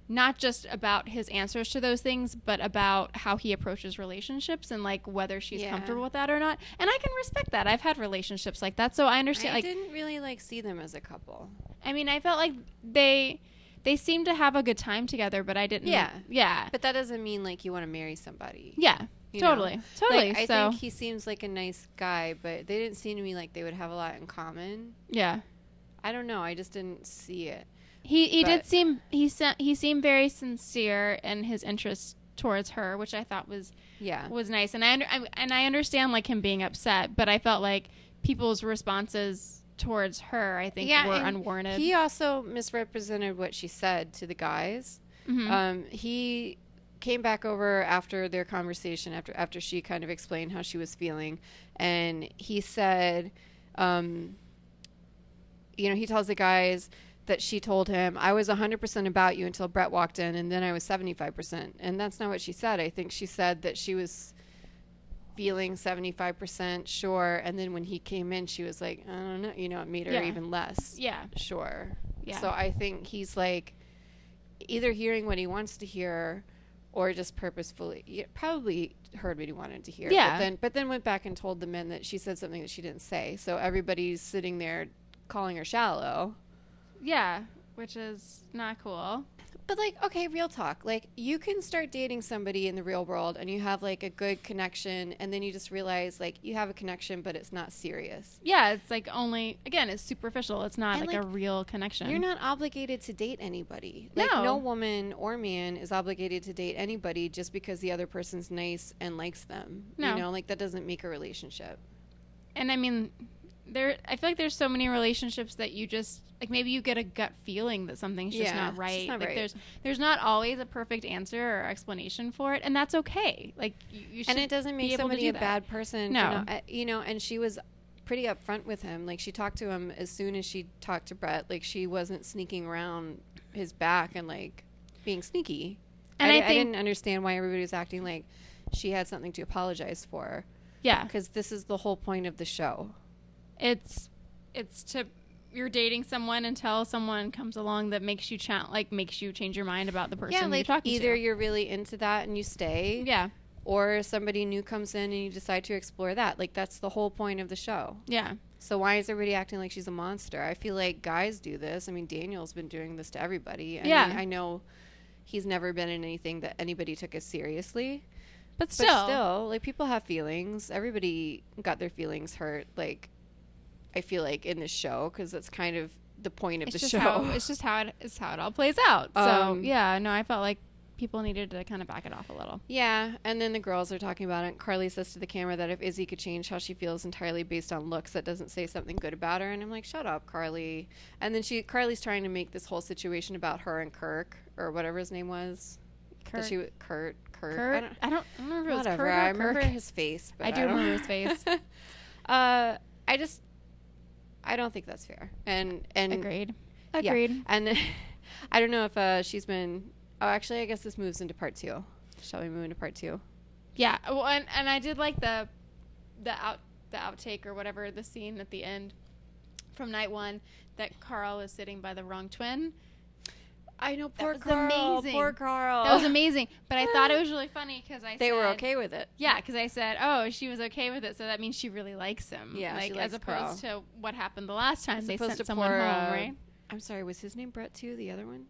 not just about his answers to those things, but about how he approaches relationships and like whether she's
Yeah.
comfortable with that or not. And I can respect that. I've had relationships like that, so I understand.
I
like,
didn't really like see them as a couple.
I mean, I felt like they they seemed to have a good time together, but I didn't.
Yeah.
yeah,
But that doesn't mean like you want to marry somebody.
yeah,
you know?
totally, totally.
Like, I
so
think he seems like a nice guy, but they didn't seem to me like they would have a lot in common.
yeah,
I don't know. I just didn't see it.
he he did
But-
seem he se- he seemed very sincere in his interest towards her, which I thought was
Yeah.
was nice. And I under, I, and I understand like him being upset, but I felt like people's responses towards her, I think,
Yeah,
were
and
unwarranted.
He also misrepresented what she said to the guys.
Mhm.
Um, he came back over after their conversation after after she kind of explained how she was feeling, and he said, um, you know, he tells the guys that she told him I was 100% about you until Brett walked in, and then I was 75%, and that's not what she said. I think she said that she was feeling 75% sure and then when he came in she was like i don't know you know it made her
Yeah.
even less
yeah,
sure.
Yeah.
So I think he's like either hearing what he wants to hear or just purposefully yeah, probably heard what he wanted to hear.
Yeah.
But then but then went back and told the men that she said something that she didn't say. So everybody's sitting there calling her shallow.
yeah, which is not cool.
But like, okay, real talk. Like you can start dating somebody in the real world and you have like a good connection and then you just realize like you have a connection but it's not serious.
Yeah, it's like only again, it's superficial. It's not
And,
like a
like,
real connection.
You're not obligated to date anybody. Like
No.
no. woman or man is obligated to date anybody just because the other person's nice and likes them.
No.
You know, like that doesn't make a relationship.
and I mean, there. I feel like there's so many relationships that you just like. Maybe you get a gut feeling that something's just not
Yeah, it's just
right.
not
like
right.
there's there's not always a perfect answer or explanation for it, and that's okay. Like you, you should
And it doesn't
be
make
able to
somebody
do
a
that.
bad person. for
No.
not- uh, you know, and she was pretty upfront with him. Like she talked to him as soon as she talked to Brett. Like she wasn't sneaking around his back and like being sneaky.
And
I,
I
di- I
think-
didn't understand why everybody was acting like she had something to apologize for
Yeah,
because this is the whole point of the show.
it's it's to you're dating someone until someone comes along that makes you cha- like makes you change your mind about the person
yeah, like
you're talking
either
to.
you're really into that and you stay,
yeah,
or somebody new comes in and you decide to explore that. Like that's the whole point of the show.
yeah.
So why is everybody acting like she's a monster? I feel like guys do this. I mean, Daniel's been doing this to everybody. I
Yeah.
mean, I know he's never been in anything that anybody took as seriously.
But
But
still,
still, like people have feelings. Everybody got their feelings hurt. Like I feel like in this show because that's kind of the point of
it's
the
just
show.
how it's just how it, it's how it all plays out. So
Um,
yeah, no, I felt like people needed to kind of back it off a little.
Yeah, and then the girls are talking about it. Carly says to the camera that if Izzy could change how she feels entirely based on looks, that doesn't say something good about her. And I'm like, shut up, Carly. And then she, Carly's trying to make this whole situation about her and Kirk or whatever his name was. That
Kirk.
she, w- Kurt, Kurt, I
Kurt?
don't,
I don't, I don't remember if it was
whatever.
Kurt or
I remember
Kirk.
his face. But
I do
don't-
remember his face.
uh, I just, I don't think that's fair. And and
Agreed.
yeah.
Agreed.
And then- I don't know if uh, she's been. Oh, actually, I guess this moves into part two. Shall we move into part two?
Yeah. Well, and, and I did like the the out the outtake or whatever the scene at the end from night one that Carl is sitting by the wrong twin.
I know, poor
was
Carl.
amazing.
Poor Carl.
That was amazing. But I thought it was really funny because I
Oh. They
said,
were okay with it.
Yeah, because I said, oh, she was okay with it, so that means she really likes him.
Yeah,
like
she likes
as opposed to what happened the last time they
Supposed
sent someone
poor,
home,
uh,
right?
I'm sorry, was his name Brett too? The other one?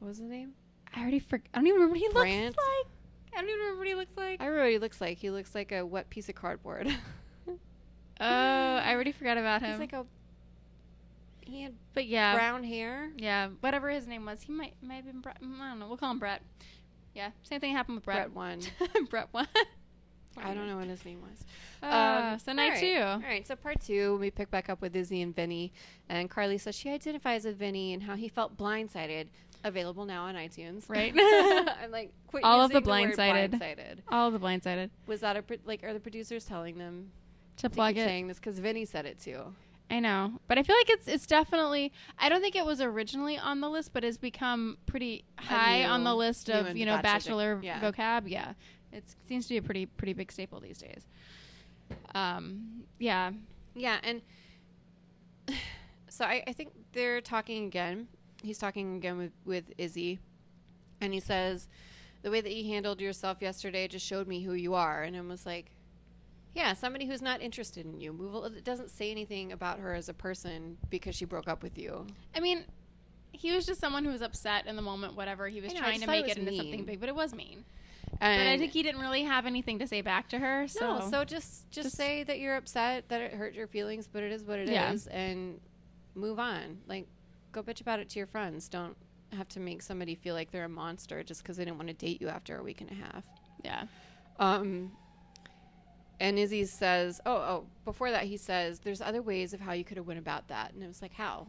What was the name?
I already forgot. I don't even remember what he looks
Brant?
like. I don't even remember what he looks like.
I remember what he looks like. He looks like a wet piece of cardboard.
Oh, I already forgot about him.
He's like a. He had
but yeah,
brown hair.
yeah, whatever his name was, he might might have been Brett. mm, I don't know. We'll call him Brett. Yeah, same thing happened with Brett.
Brett one.
Brett one.
I don't know what his name was.
Uh,
Um,
so night
alright,
two.
Alright, so part two, we pick back up with Izzy and Vinny. And Carly says she identifies with Vinny and how he felt blindsided. Available now on iTunes.
Right.
I'm like, quit
All of the
using word
blindsided.
blindsided.
All the blindsided
Was that a, pro- like, are the producers telling them
to
to
plug
keep
it.
saying this? Because Vinny said it too.
I know, but I feel like it's it's definitely. I don't think it was originally on the list, but it's become pretty high
new-
on the list
new
of
and
you know
bachelor-
bachelor
yeah.
vocab. Yeah, it seems to be a pretty pretty big staple these days. Um, yeah,
Yeah, and so I, I think they're talking again. He's talking again with, with Izzy, and he says, "The way that you handled yourself yesterday just showed me who you are." And I was like, "Yeah, somebody who's not interested in you." Move. al- It doesn't say anything about her as a person because she broke up with you.
I mean, he was just someone who was upset in the moment. Whatever he was
I know, I
trying
just
to
thought it
make it,
was
into
mean.
something big, but it was mean.
And
but I think he didn't really have anything to say back to her. So,
no. So just, just
just-
say that you're upset that it hurt your feelings, but it is what it is,
Yeah.
and move on. Like, go bitch about it to your friends. Don't have to make somebody feel like they're a monster just because they didn't want to date you after a week and a half.
yeah,
Um, and Izzy says, "Oh, oh." Before that, he says, "There's other ways of how you could have went about that." And it was like, "How?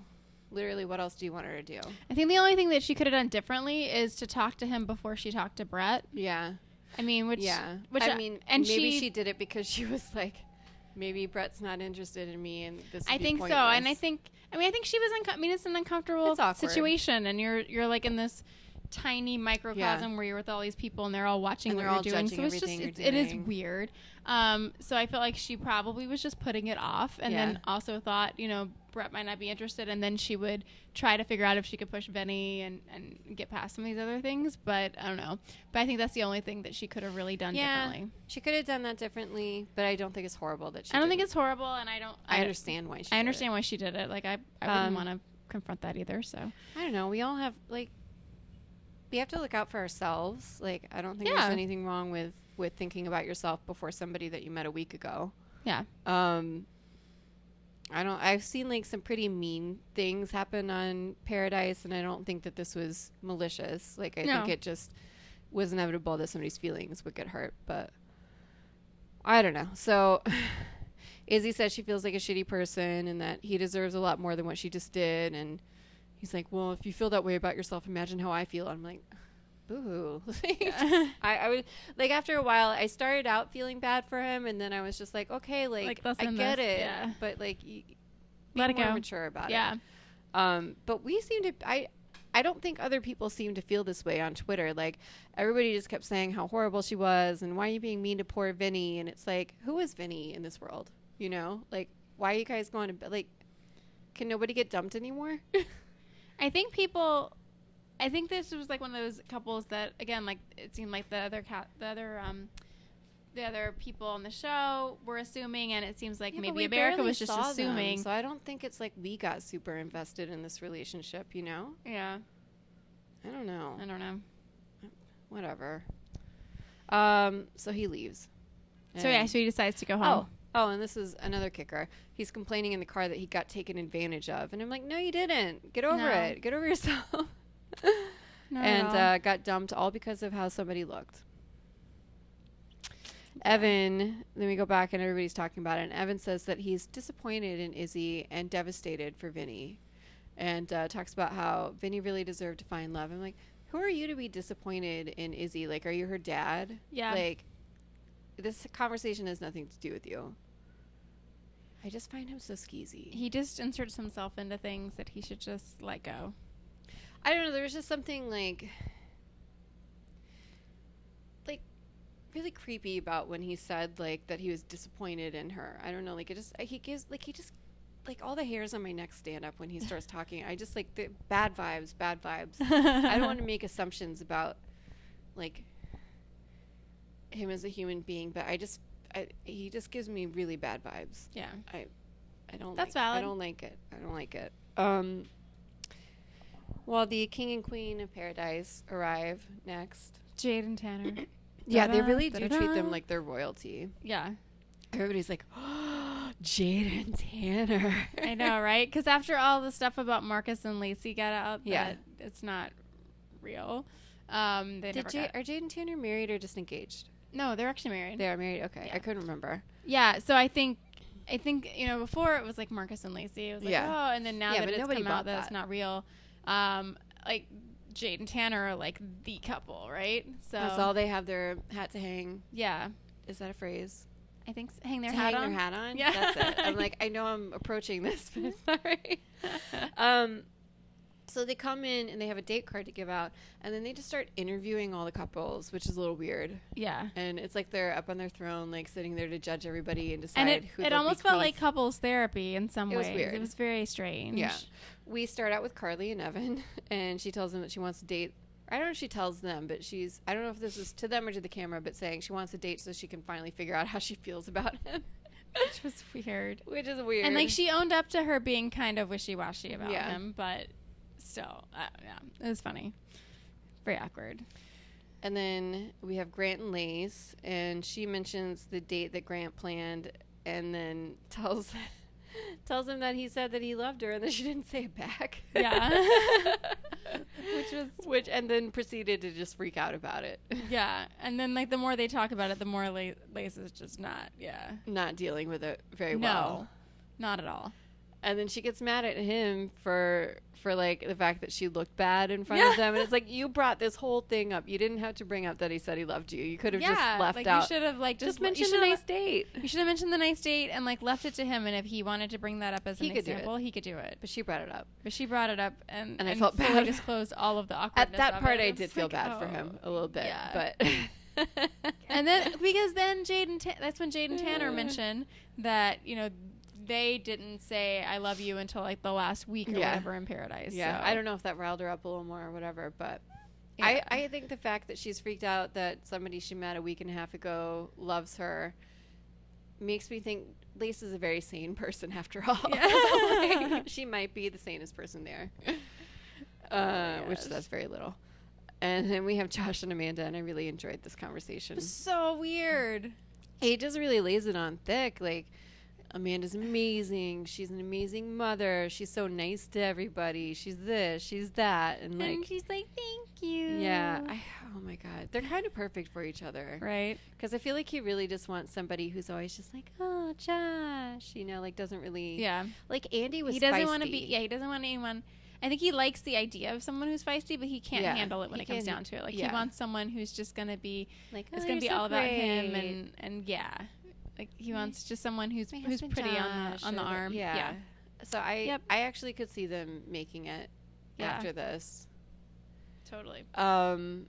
Literally, what else do you want her to do?"
I think the only thing that she could have done differently is to talk to him before she talked to Brett.
Yeah,
I mean, which
yeah.
which
I mean,
and
maybe
she,
she, did it because she was like, "Maybe Brett's not interested in me," and this. would
I
be
think so, and I
pointless.
think I mean I think she was uncom I mean it's an uncomfortable
It's awkward.
situation, and you're you're like in this tiny microcosm where you're with all these people and they're all watching
And
what
they're
you're
all
doing.
judging
So it's just
everything
it's,
you're
it is
doing.
weird. Um, so I feel like she probably was just putting it off, and
Yeah.
then also thought you know Brett might not be interested, and then she would try to figure out if she could push Benny and and get past some of these other things. But I don't know. But I think that's the only thing that she could have really done
Yeah.
differently.
She could have done that differently, but I don't think it's horrible that she.
I don't
didn't.
think it's horrible, and I don't.
I understand why she.
I
did
understand why she did it. Like I, I wouldn't
Um,
want to confront that either. So
it. I don't know. We all have like. We have to look out for ourselves. Like I don't think
Yeah.
there's anything wrong with with thinking about yourself before somebody that you met a week ago.
yeah,
Um. I don't. I've seen like some pretty mean things happen on Paradise, and I don't think that this was malicious. Like I
No.
think it just was inevitable that somebody's feelings would get hurt, but I don't know. So Izzy says she feels like a shitty person and that he deserves a lot more than what she just did. And he's like, Well, if you feel that way about yourself, imagine how I feel. I'm like, Boo. I, I was like, after a while, I started out feeling bad for him. And then I was just like, Okay, like,
Like, let's
I
end
get
this.
it.
Yeah.
But like, y-
let
be
it
more
go.
mature about it.
Yeah,
Um, but we seem to I I don't think other people seem to feel this way on Twitter. Like everybody just kept saying how horrible she was and why are you being mean to poor Vinny and it's like who is Vinny in this world? You know? Like why are you guys going to bed like can nobody get dumped anymore?
I think people. I think this was like one of those couples that again, like it seemed like the other cat, the other um, the other people on the show were assuming, and it seems like
Yeah, but
maybe
we
America
barely
was just
saw them,
assuming.
so I don't think it's like we got super invested in this relationship, you know?
yeah,
I don't know.
I don't know.
Whatever. Um, so he leaves.
So yeah,
And-
so he decides to go
Oh,
home.
oh, and this is another kicker. He's complaining in the car that he got taken advantage of, and I'm like, no, you didn't. Get over
No.
it. Get over yourself.
Not at
and
all.
uh, got dumped all because of how somebody looked. Evan, then we go back and everybody's talking about it. And Evan says that he's disappointed in Izzy and devastated for Vinny, and uh, talks about how Vinny really deserved to find love. I'm like, who are you to be disappointed in Izzy? Like, are you her dad?
yeah,
Like, this conversation has nothing to do with you. I just find him so skeezy.
he just inserts himself into things that he should just let go.
I don't know. There was just something like, like, really creepy about when he said like that he was disappointed in her. I don't know. Like it just he uh, gives like he just like all the hairs on my neck stand up when he starts talking. I just like the bad vibes, bad vibes. I don't want to make assumptions about like him as a human being, but I just I, he just gives me really bad vibes.
Yeah.
I don't.
That's
like, I
valid.
don't like it. I don't like it. Um. While the king and queen of paradise arrive next,
Jade and Tanner.
yeah, they
Da-da,
really do treat
da-da-da.
them like they're royalty.
yeah.
Everybody's like, oh, Jade and Tanner.
I know, right? Because after all the stuff about Marcus and Lacey got out,
Yeah.
that it's not real. Um, they
Did
never
Jade,
got-
are Jade and Tanner married or just engaged?
no, they're actually married.
They are married. Okay,
Yeah.
I couldn't remember.
yeah, so I think, I think you know, before it was like Marcus and Lacey. It was like,
Yeah.
oh, and then now
Yeah,
that
but
it's
nobody
come out
bought
that, it's
that.
not real, um, like Jade and Tanner are like the couple, right? So
That's all they have their hat to hang.
yeah,
Is that a phrase?
I think s hang their
to
hat
hang
on.
their hat on.
Yeah.
that's it. I'm like, I know I'm approaching this, but sorry. um, so they come in and they have a date card to give out, and then they just start interviewing all the couples, which is a little weird.
yeah.
And it's like they're up on their throne, like sitting there to judge everybody and decide
And it,
who.
it
they'll
almost felt
bequeath.
like couples therapy in some
It was
ways.
weird.
It was very strange.
Yeah. We start out with Carly and Evan, and she tells them that she wants to date. I don't know if she tells them, but she's. I don't know if this is to them or to the camera, but saying she wants a date so she can finally figure out how she feels about him,
Which was weird.
which is weird.
And like she owned up to her being kind of wishy washy about
Yeah.
him, but still, uh, yeah, it was funny. Very awkward.
And then we have Grant and Lace, and she mentions the date that Grant planned, and then tells tells him that he said that he loved her, and then she didn't say it back.
Yeah.
which was which, and then proceeded to just freak out about it,
Yeah, and then like the more they talk about it, the more La- Lace is just not. Yeah,
not dealing with it very
no,
well.
not at all.
And then she gets mad at him for for like the fact that she looked bad in front
Yeah.
of them, and it's like you brought this whole thing up. You didn't have to bring up that he said he loved you. You could have
yeah,
just left
like
out.
you should have like just,
just
le- you
mention the
should have-
nice date.
You should have mentioned the nice date and like left it to him, and if he wanted to bring that up as
He
an
could do it.
example, he could do it.
But she brought it up.
But she brought it up, and
And I felt
fully
bad.
disclosed all of the
at
awkwardness.
that
of
part
it.
i
It's
did feel
like,
bad for
oh.
him a little bit
yeah.
but
and then because then Jade and Ta- that's when Jade and Tanner
Yeah.
mentioned that you know they didn't say I love you until like the last week or
Yeah.
whatever in Paradise.
yeah
so-
i don't know if that riled her up a little more or whatever but
Yeah.
I, I think the fact that she's freaked out that somebody she met a week and a half ago loves her makes me think lace is a very sane person after all
Yeah.
Like, she might be the sanest person there uh,
my
which
gosh.
that's very little and then we have josh and amanda and i really enjoyed this conversation
It's so weird.
he just really lays it on thick. Like Amanda's amazing. She's an amazing mother. She's so nice to everybody. She's this. She's that. And like,
and she's like, "Thank you."
yeah. I, oh my God, they're kind of perfect for each other.
right.
Because I feel like he really just wants somebody who's always just like, oh, Josh. You know, like doesn't really.
Yeah.
Like Andy was.
He doesn't want to
feisty.
be. Yeah, he doesn't want anyone. I think he likes the idea of someone who's feisty, but he can't
Yeah.
handle it when
He
it comes
can-
down to it. Like
yeah.
he wants someone who's just gonna be
Like
it's
"Oh,
gonna
you're
be
so
all about him
great.
and and yeah like he
My-
wants just someone who's
My
who's
husband
pretty on
Josh
the on the
or-
arm
Yeah.
yeah
So I
Yep.
I actually could see them making it
Yeah.
after this.
totally
Um,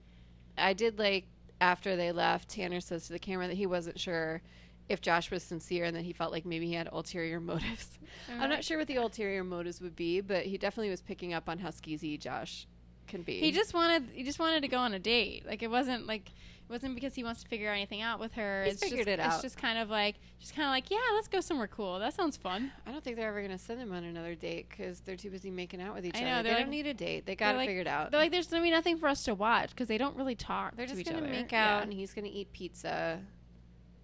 I did like after they left, Tanner says to the camera that he wasn't sure if Josh was sincere and that he felt like maybe he had ulterior motives. I'm not sure what the ulterior motives would be, but he definitely was picking up on how skeezy Josh can be.
he just wanted he just wanted to go on a date like it wasn't like it wasn't because he wants to figure anything out with her
He's
it's
figured
just
it out.
it's just kind of like just kind of like yeah let's go somewhere cool that sounds fun
I don't think they're ever going to send them on another date because they're too busy making out with each
I
other.
know,
they
they're
don't
like-
need a date. They got it
like-
figured out.
they're like there's gonna be nothing for us to watch because they don't really talk
Uh, They're
to
just
each
gonna
other.
make
Yeah.
out, and he's gonna eat pizza.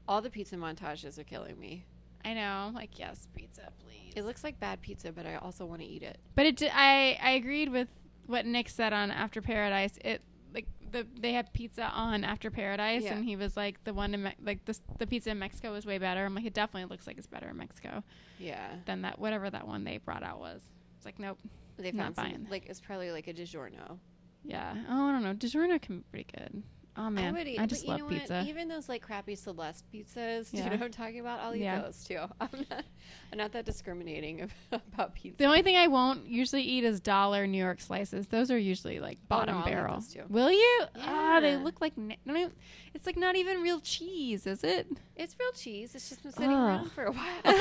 All the pizza montages are killing me.
i know like yes pizza please
It looks like bad pizza, but I also want to eat it.
But it, di- I, I agreed with what Nick said on After Paradise. It like the they had pizza on After Paradise,
Yeah.
and he was like the one in Me- like the the pizza in Mexico was way better. I'm like it definitely looks like it's better in Mexico
Yeah.
than that whatever that one they brought out was. It's like nope,
They
Not
found some,
buying.
like it's probably like a DiGiorno.
yeah. Oh, I don't know. DiGiorno can be pretty good. Oh man, I,
e- but
just
you
love
know what?
pizza.
Even those like crappy Celeste pizzas. Do you
Yeah.
know what I'm talking about? I'll eat
Yeah.
those too. I'm not, I'm not that discriminating ab- about pizza.
The only thing I won't usually eat is dollar New York slices. Those are usually like
Oh, no,
bottom
I'll eat
barrel.
those too.
Will you? Ah, they
Yeah.
look like na- I mean, it's like not even real cheese, is it?
it's real cheese. It's just been sitting
Ugh.
around for a while.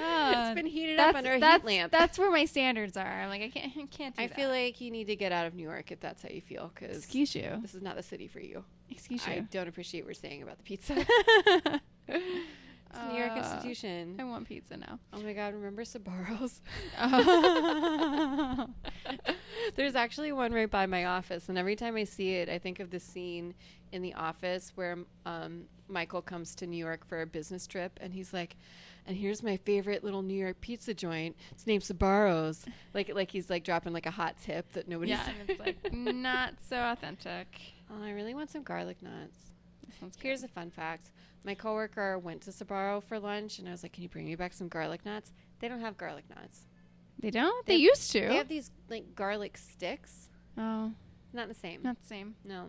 Ah,
it's been heated
that's,
up under a
that's,
heat lamp.
That's where my standards are. I'm like, I can't, I can't do
I
that.
feel like you need to get out of New York if that's how you feel, because
Excuse you.
this is not the city for you.
Excuse
I
you.
don't appreciate what we're saying about the pizza.
I,
It's a New York
Uh,
institution.
want pizza now.
Oh my God, remember Sabaros?
Oh.
There's actually one right by my office, and every time I see it, I think of the scene in The Office where um, Michael comes to New York for a business trip, and he's like, "And here's my favorite little New York pizza joint. It's named Sabaros." Like, like he's like dropping like a hot tip that nobody's.
yeah, it's like not so authentic.
oh, I really want some garlic nuts.
That sounds good.
Here's a fun fact. My coworker went to Sabaro for lunch, and I was like, "Can you bring me back some garlic nuts?" They don't have garlic nuts.
They don't. They,
They-
used to.
They have these like garlic sticks.
oh,
Not the same.
not the same. Ah.
No,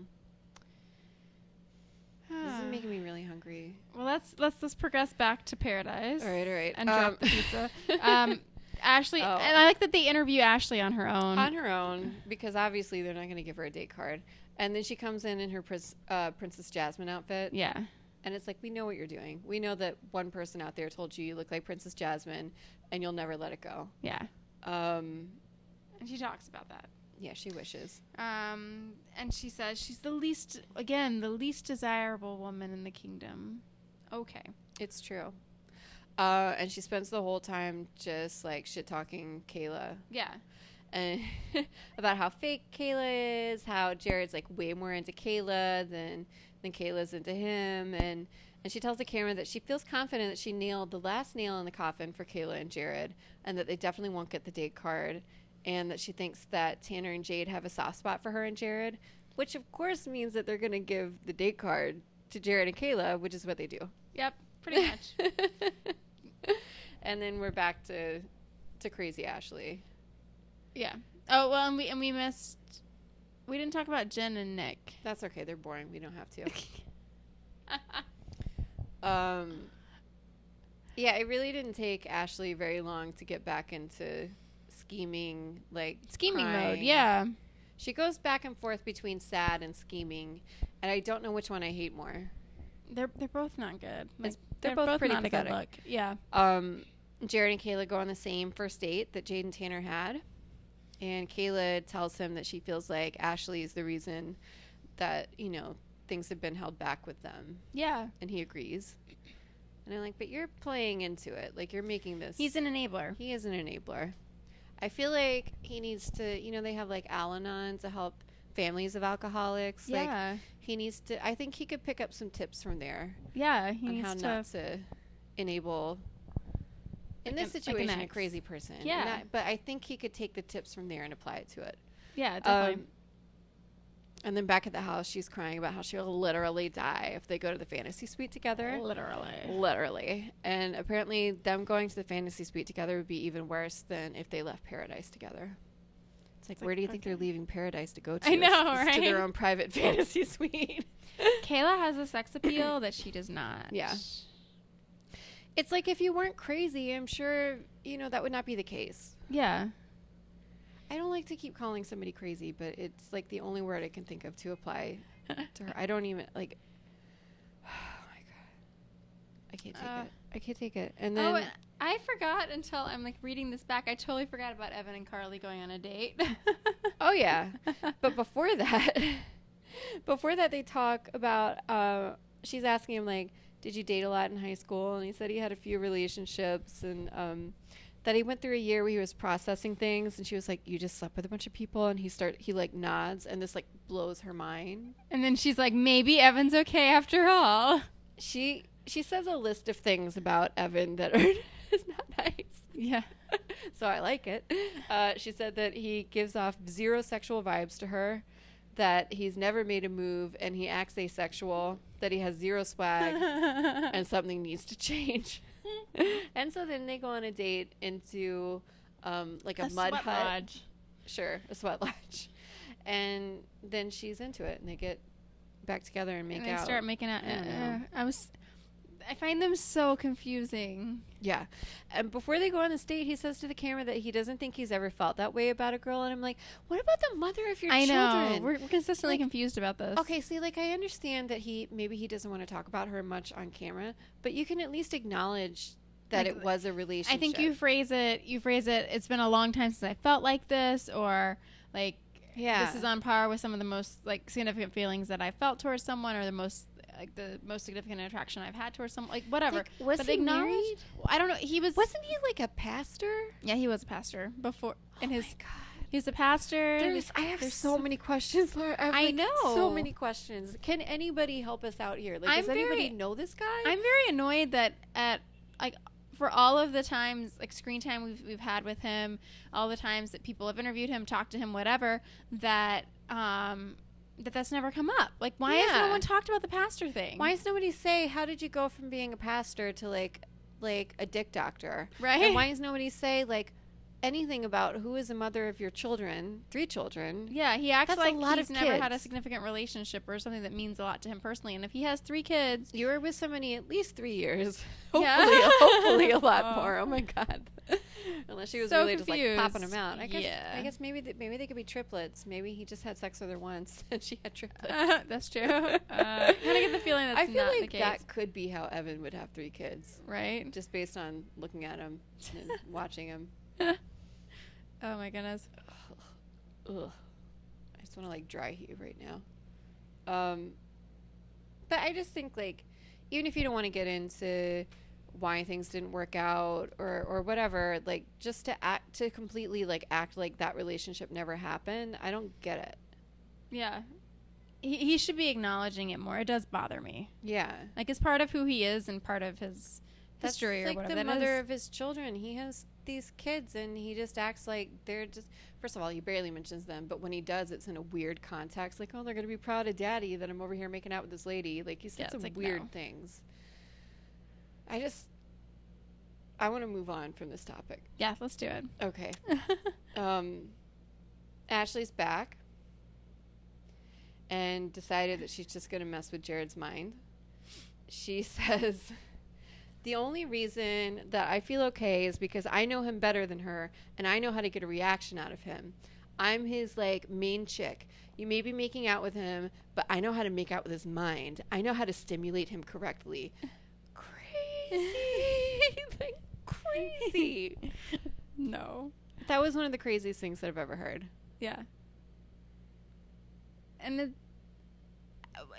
this is making me really hungry.
well, let's let's let's progress back to paradise.
All right, all right.
And drop
Um,
the pizza. Um, Ashley,
Oh.
and I like that they interview Ashley on her own.
on her own because obviously they're not going to give her a date card. And then she comes in in her pris- uh, Princess Jasmine outfit,
yeah.
and it's like, "We know what you're doing. We know that one person out there told you you look like Princess Jasmine, and you'll never let it go."
Yeah.
Um,
And she talks about that.
yeah, she wishes.
Um, and she says she's the least, again, the least desirable woman in the kingdom. Okay.
It's true. Uh, and she spends the whole time just like shit talking Kayla
Yeah.
and about how fake Kayla is, how Jared's like way more into Kayla than than Kayla's into him, and and she tells the camera that she feels confident that she nailed the last nail in the coffin for Kayla and Jared, and that they definitely won't get the date card, and that she thinks that Tanner and Jade have a soft spot for her and Jared, which of course means that they're gonna give the date card to Jared and Kayla, which is what they do.
Yep. Pretty much.
and then we're back to to crazy Ashley.
yeah. Oh well, and we and we missed. We didn't talk about Jen and Nick.
That's okay. They're boring. We don't have to. um, yeah, it really didn't take Ashley very long to get back into scheming, like
Scheming mode.
crying.
Yeah.
She goes back and forth between sad and scheming, and I don't know which one I hate more.
They're they're both not good. Like,
It's- they're both pretty
not a good
pathetic.
look. Yeah.
Um, Jared and Kayla go on the same first date that Jade and Tanner had, and Kayla tells him that she feels like Ashley is the reason that you know things have been held back with them,
Yeah.
and he agrees. And I'm like, but you're playing into it, like you're making this.
He's an enabler.
he is an enabler. I feel like he needs to, you know, they have like Al-Anon to help families of alcoholics. Like
yeah.
he needs to. I think he could pick up some tips from there
yeah. He
on
needs
how
to.
not to enable
Like an-
in this
like an
situation a
ex.
crazy person. And
Yeah.
that- but I think he could take the tips from there and apply it to it.
yeah. Definitely.
Um, and then back at the house, she's crying about how she'll literally die if they go to the fantasy suite together.
Literally.
Literally. And apparently, them going to the fantasy suite together would be even worse than if they left paradise together. It's like,
like,
where do you think they're
okay.
leaving paradise to go to?
I know,
It's- it's To their
right?
own private fantasy suite.
Kayla has a sex appeal that she does not.
Yeah. It's like if you weren't crazy, I'm sure, you know, that would not be the case.
Yeah.
I don't like to keep calling somebody crazy, but it's like the only word I can think of to apply to her. I don't even like. Oh my god, I can't take
Uh,
it. I can't take it. And
oh,
then
and I forgot until I'm like reading this back. I totally forgot about Evan and Carly going on a date.
oh yeah, but before that, before that, they talk about. Uh, she's asking him like, "Did you date a lot in high school?" And he said he had a few relationships and. Um, that he went through a year where he was processing things, and she was like, "You just slept with a bunch of people," and he start he like nods, and this like blows her mind.
and then she's like, maybe Evan's okay after all.
she she says a list of things about Evan that are is not nice.
Yeah.
So I like it. Uh, she said that he gives off zero sexual vibes to her, that he's never made a move, and he acts asexual. That he has zero swag, and something needs to change. and so then they go on a date into um, like a, mud hut, sure, a sweat lodge, and then she's into it, and they get back together and make
and they
out.
start making out. eh,
I don't know.
I was. I find them so confusing.
Yeah. And before they go on this date, he says to the camera that he doesn't think he's ever felt that way about a girl. And I'm like, what about the mother of your
I
children?
know. We're, we're consistently
Like-
confused about this.
okay, see, like, I understand that he maybe he doesn't want to talk about her much on camera, but you can at least acknowledge that
Like,
it was a relationship.
I think you phrase it. You phrase it. It's been a long time since I felt like this, or like
Yeah.
this is on par with some of the most like significant feelings that I felt towards someone, or the most like the most significant attraction I've had towards someone. Like whatever.
Like, was
but
he
acknowledge-
married?
I don't know. He was.
Wasn't he like a pastor?
yeah, he was a pastor before. And
oh
his
my god.
he was a pastor.
There's, I have
there's
so
so-
many questions, Laura. I, have,
I
like, so
know.
many questions. Can anybody help us out here? Like,
I'm
does anybody
very-
know this guy?
I'm very annoyed that at like for all of the times like screen time we've we've had with him, all the times that people have interviewed him, talked to him, whatever, that um that that's never come up. Like why has
Yeah.
no one talked about the pastor thing?
Why does nobody say how did you go from being a pastor to like like a dick doctor?
right?
And why does nobody say like anything about who is the mother of your children, three children?
yeah, he acts
That's a
like
lot
he's
of
never had a
kids.
significant relationship or something that means a lot to him personally. And if he has three kids,
You were with somebody at least three years. Hopefully,
Yeah.
hopefully a lot
Oh.
more. Oh my god! Unless she was
So
really just like popping
confused.
them out. I guess.
Yeah.
I guess maybe th- maybe they could be triplets. Maybe he just had sex with her once and she had triplets.
that's true. Uh, I kind of Uh, get the feeling that's
I feel
not
like
the case,
that could be how Evan would have three kids,
right?
just based on looking at him and watching him.
Oh my goodness.
Ugh. I just want to like dry heat right now. Um, but I just think like, even if you don't want to get into why things didn't work out or or whatever, like just to act to completely like act like that relationship never happened. I don't get it.
Yeah. He, he should be acknowledging it more. It does bother me.
Yeah,
Like it's part of who he is and part of his history
like
or whatever.
the
that
mother
is.
of his children. He has these kids, and he just acts like they're just. First of all, he barely mentions them, but when he does, it's in a weird context. Like, oh, they're gonna be proud of daddy that I'm over here making out with this lady. Like, he said
Yeah, it's
some
like,
weird
no.
things. I just, I want to move on from this topic.
Yeah, let's do it.
Okay. Um, Ashley's back and decided that she's just going to mess with Jared's mind. She says, The only reason that I feel okay is because I know him better than her and I know how to get a reaction out of him. I'm his like main chick. You may be making out with him, but I know how to make out with his mind. I know how to stimulate him correctly. Crazy. like crazy.
no.
That was one of the craziest things that I've ever heard.
Yeah. And it,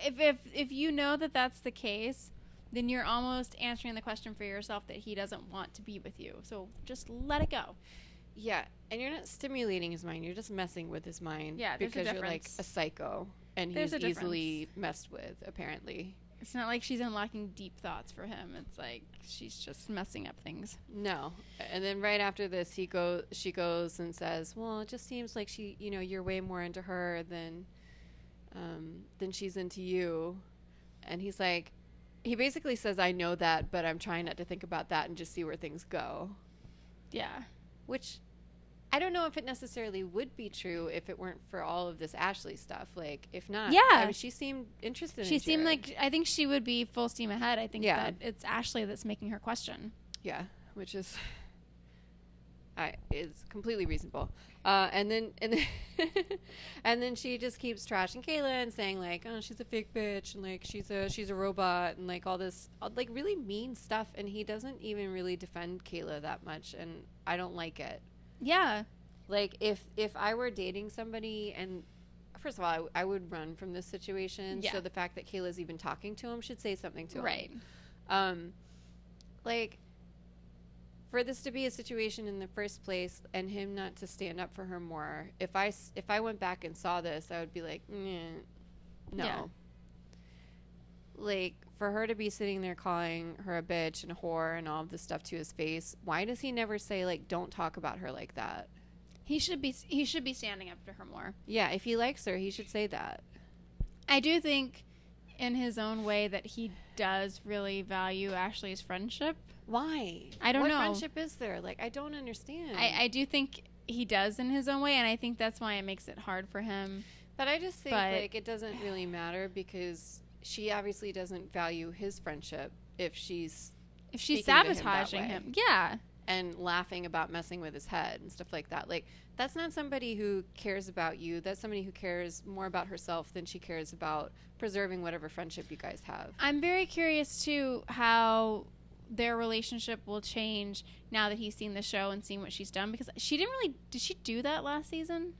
if if if you know that that's the case, then you're almost answering the question for yourself that he doesn't want to be with you. So just let it go.
Yeah, and you're not stimulating his mind; you're just messing with his mind.
Yeah, there's a
because you're like
difference.
a psycho, and
There's
he's
a
easily messed with. Apparently,
It's not like she's unlocking deep thoughts for him. It's like she's just messing up things.
no. And then right after this, he go she goes and says, "Well, it just seems like she, you know, you're way more into her than, um, than she's into you," and he's like. He basically says, I know that, but I'm trying not to think about that and just see where things go.
Yeah.
which I don't know if it necessarily would be true if it weren't for all of this Ashley stuff. Like, if not,
Yeah.
I mean, she seemed interested.
She
in
seemed
Jared.
like I think she would be full steam ahead. I think
Yeah.
that it's Ashley that's making her question.
yeah, which is, I is completely reasonable. Uh, and then and then, and then she just keeps trashing Kayla and saying like, oh, she's a fake bitch and like she's a she's a robot and like all this like really mean stuff. And he doesn't even really defend Kayla that much, and I don't like it.
Yeah.
like if if i were dating somebody and first of all i, w- I would run from this situation
Yeah.
so the fact that kayla's even talking to him should say something to him
Right.
um like for this to be a situation in the first place and him not to stand up for her more if i s- if i went back and saw this i would be like "Nyeh, no
Yeah.
like for her to be sitting there calling her a bitch and a whore and all of this stuff to his face why does he never say like don't talk about her like that
He should be he should be standing up to her more.
yeah, if he likes her, he should say that.
I do think in his own way that he does really value Ashley's friendship.
Why?
I don't
what
know.
friendship is there? Like, I don't understand.
I, I do think he does in his own way and I think that's why it makes it hard for him.
but I just think
but-
like it doesn't really matter because she obviously doesn't value his friendship if she's
If she's
Speaking to him that
sabotaging
way.
him, Yeah.
and laughing about messing with his head and stuff like that. Like, that's not somebody who cares about you. That's somebody who cares more about herself than she cares about preserving whatever friendship you guys have.
I'm very curious too how their relationship will change now that he's seen the show and seen what she's done because she didn't really did she do that last season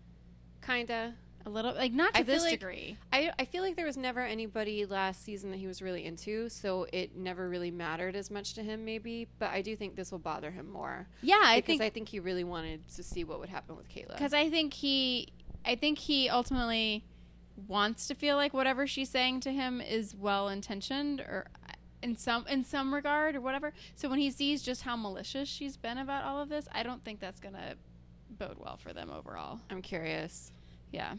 Kinda.
a little like not to
I feel
this
like-
degree
I, I feel like there was never anybody last season that he was really into, so it never really mattered as much to him, maybe. But I do think this will bother him more
yeah I
because
think
I think he really wanted to see what would happen with Kayla.
because I think he, I think he ultimately wants to feel like whatever she's saying to him is well intentioned or in some in some regard or whatever. So when he sees just how malicious she's been about all of this, I don't think that's gonna bode well for them overall.
I'm curious.
Yeah,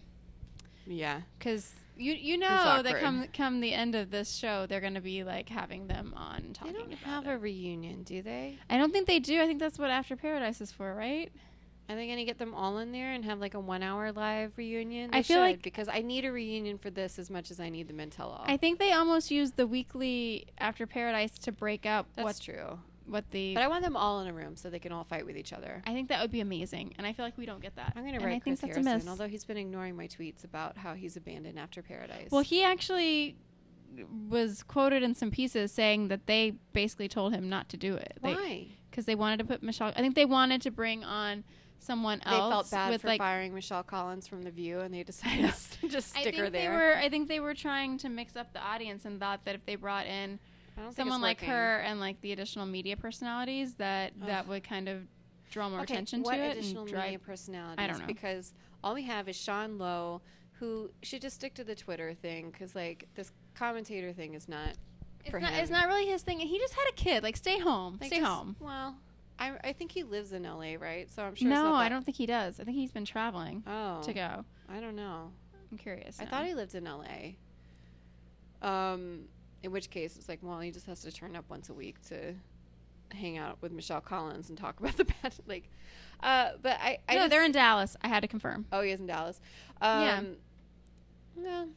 Yeah,
because you you know that
awkward.
come come the end of this show, they're gonna be like having them on
they
talking
don't
about
have
it.
a reunion, do they?
I don't think they do. I think that's what After Paradise is for, right?
Are they gonna get them all in there and have like a one-hour live reunion?
I
They
feel
should,
like-
because I need a reunion for this as much as I need the Mentel.
I think they almost use the weekly After Paradise to break up
That's
what
true.
what the
But I want them all in a room so they can all fight with each other.
I think that would be amazing, and I feel like we don't get that.
I'm gonna
and
write
I think
Chris
that's a miss.
Harrison, although he's been ignoring my tweets about how he's abandoned after Paradise.
well, he actually was quoted in some pieces saying that they basically told him not to do it
why?
because they, wanted to put Michelle. I think they wanted to bring on someone
they
else
felt bad
with
for
like.
firing Michelle Collins from The View, and they decided to just
I think
stick her
they
there.
were. I think they were trying to mix up the audience and thought that if they brought in
I don't think
someone
it's
like
working.
her and like the additional media personalities, that that
Ugh.
would kind of draw more
Okay,
attention
what
to it
additional
and drive.
media personalities?
I don't know.
because all we have is Sean Lowe, who should just stick to the Twitter thing because like this commentator thing is not
It's
for
not,
him.
it's not really his thing. and He just had a kid. Like, stay home.
Like,
stay
just-
home.
Well, I I think he lives in L.A. right, so I'm sure. it's
no,
not
I
that-
don't think he does. I think he's been traveling
Oh,
to go.
I don't know.
I'm curious.
I thought he lived in L.A. Um, in which case it's like, well, he just has to turn up once a week to hang out with Michelle Collins and talk about the bad. Like, uh, but I, I
no,
just-
they're in Dallas. I had to confirm.
Oh, he is in Dallas. Um,
Yeah.
No.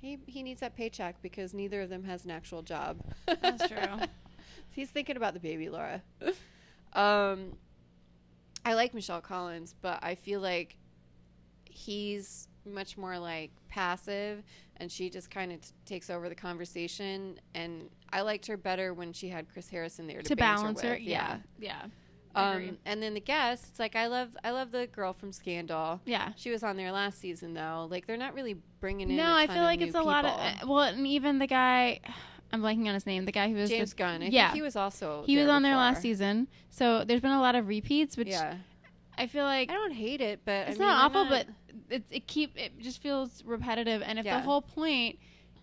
He, he needs that paycheck because neither of them has an actual job.
That's true.
He's thinking about the baby, Laura. um, I like Michelle Collins, but I feel like he's much more like passive, and she just kind of t- takes over the conversation. And I liked her better when she had Chris Harrison there to,
to
banter
balance her,
with.
yeah, yeah, I agree.
Um, and then the guests, it's like I love I love the girl from Scandal.
yeah.
She was on there last season though. Like they're not really bringing in.
No,
I
I feel like it's a lot of uh, well, and even the guy, I'm blanking on his name. The guy who was
James
the,
Gunn. I
yeah.
think he was also.
he was on there
before.
last season. So there's been a lot of repeats, which
Yeah,
I feel like
I don't hate it,
it's
but I mean,
not
they're
awful, but it, it keep it just feels repetitive. And if
Yeah.
the whole point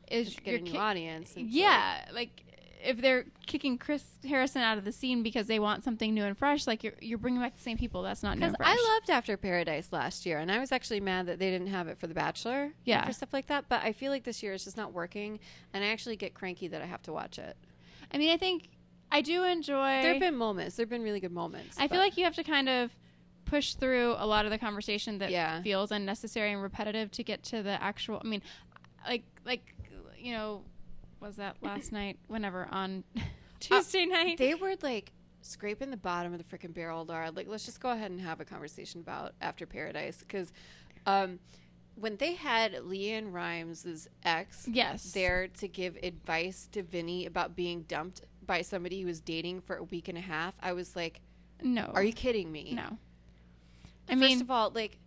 is
just
you're
get a new
ki-
audience. and it's
Yeah, like if they're kicking Chris Harrison out of the scene because they want something new and fresh, like you're you're bringing back the same people. That's not new.
Because
And fresh.
I loved After Paradise last year, and I was actually mad that they didn't have it for The Bachelor, and
Yeah.
for stuff like that. But I feel like this year it's just not working, and I actually get cranky that I have to watch it.
I mean, I think I do enjoy.
There have been moments. There have been really good moments.
I feel
but-
like you have to kind of push through a lot of the conversation that
Yeah.
feels unnecessary and repetitive to get to the actual. I mean, like like you know, was that last night? Whenever on Tuesday night.
Uh, they were like scraping the bottom of the freaking barrel, Laura. Like, let's just go ahead and have a conversation about After Paradise because um, when they had Leanne Rhimes's ex
Yes.
there to give advice to Vinny about being dumped by somebody he was dating for a week and a half, I was like,
no.
"Are you kidding me?"
Oh. No. I
first
mean,
of all, like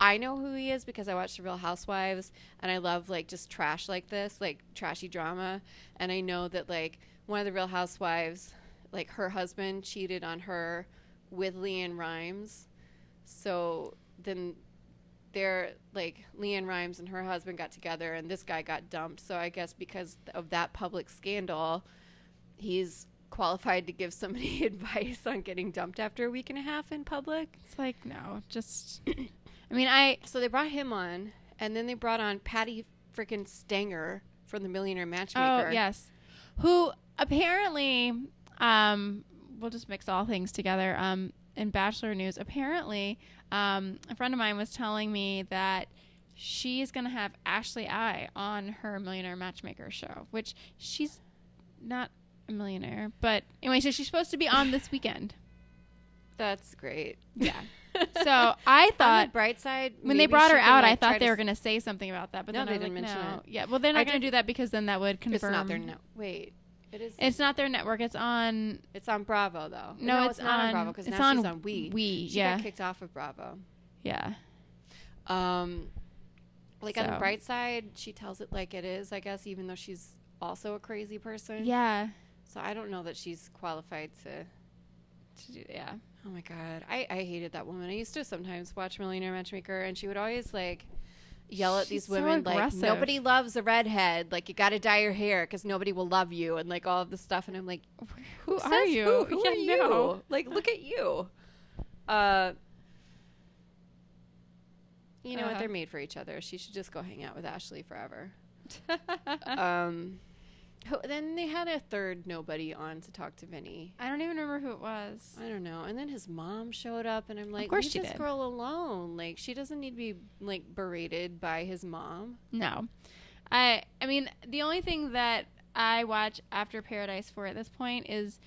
I know who he is because I watched The Real Housewives and I love like just trash like this, like trashy drama. And I know that like one of the Real Housewives, like her husband cheated on her with Leanne Rhymes. So then they're like Leanne Rhymes and her husband got together and this guy got dumped. So I guess because of that public scandal, he's qualified to give somebody advice on getting dumped after a week and a half in public.
it's like no. Just. I mean, I
So they brought him on, and then they brought on Patty freaking Stanger from the Millionaire Matchmaker.
Oh yes, who apparently, um, we'll just mix all things together. Um, in Bachelor news, apparently, um, a friend of mine was telling me that she's gonna have Ashley I on her Millionaire Matchmaker show, which she's not a millionaire, but anyway, so she's supposed to be on this weekend.
that's great.
Yeah. So I
on
thought.
the bright side,
When they
maybe
brought
she
her
can,
out,
like,
I
try
thought they
to
were
s-
going to say something about that, but
No,
then
they
I was
didn't
like,
mention
no. Yeah, well, they're
I
not going
did-
to do that because then that would confirm.
It's not their no. Wait, It is.
It's not their network. It's on.
It's on Bravo though.
No, it's,
not on, Bravo because
it's
now
on,
she's on We.
We,
She
yeah,
got kicked off of Bravo.
yeah.
Um, like on the
So.
bright side, she tells it like it is, I guess, even though she's also a crazy person.
Yeah.
So I don't know that she's qualified to.
To do- Yeah.
Oh my god, I I hated that woman. I used to sometimes watch Millionaire Matchmaker, and she would always like. Yell at
She's
these
so
women like
aggressive.
nobody loves a redhead. Like you got to dye your hair because nobody will love you, and like all of this stuff. And I'm like,
Who
Says
are you?
Who, Who
yeah,
are you?
no.
Like, look at you. Uh, you know what?
Uh-huh.
They're made for each other. She should just go hang out with Ashley forever.
Uh-huh.
um, who- then they had a third nobody on to talk to Vinny.
I don't even remember who it was.
I don't know. And then his mom showed up, and I'm like,
course
leave
she
this
did.
girl alone. Like, she doesn't need to be like berated by his mom.
No. I I mean, the only thing that I watch after Paradise 4 at this point is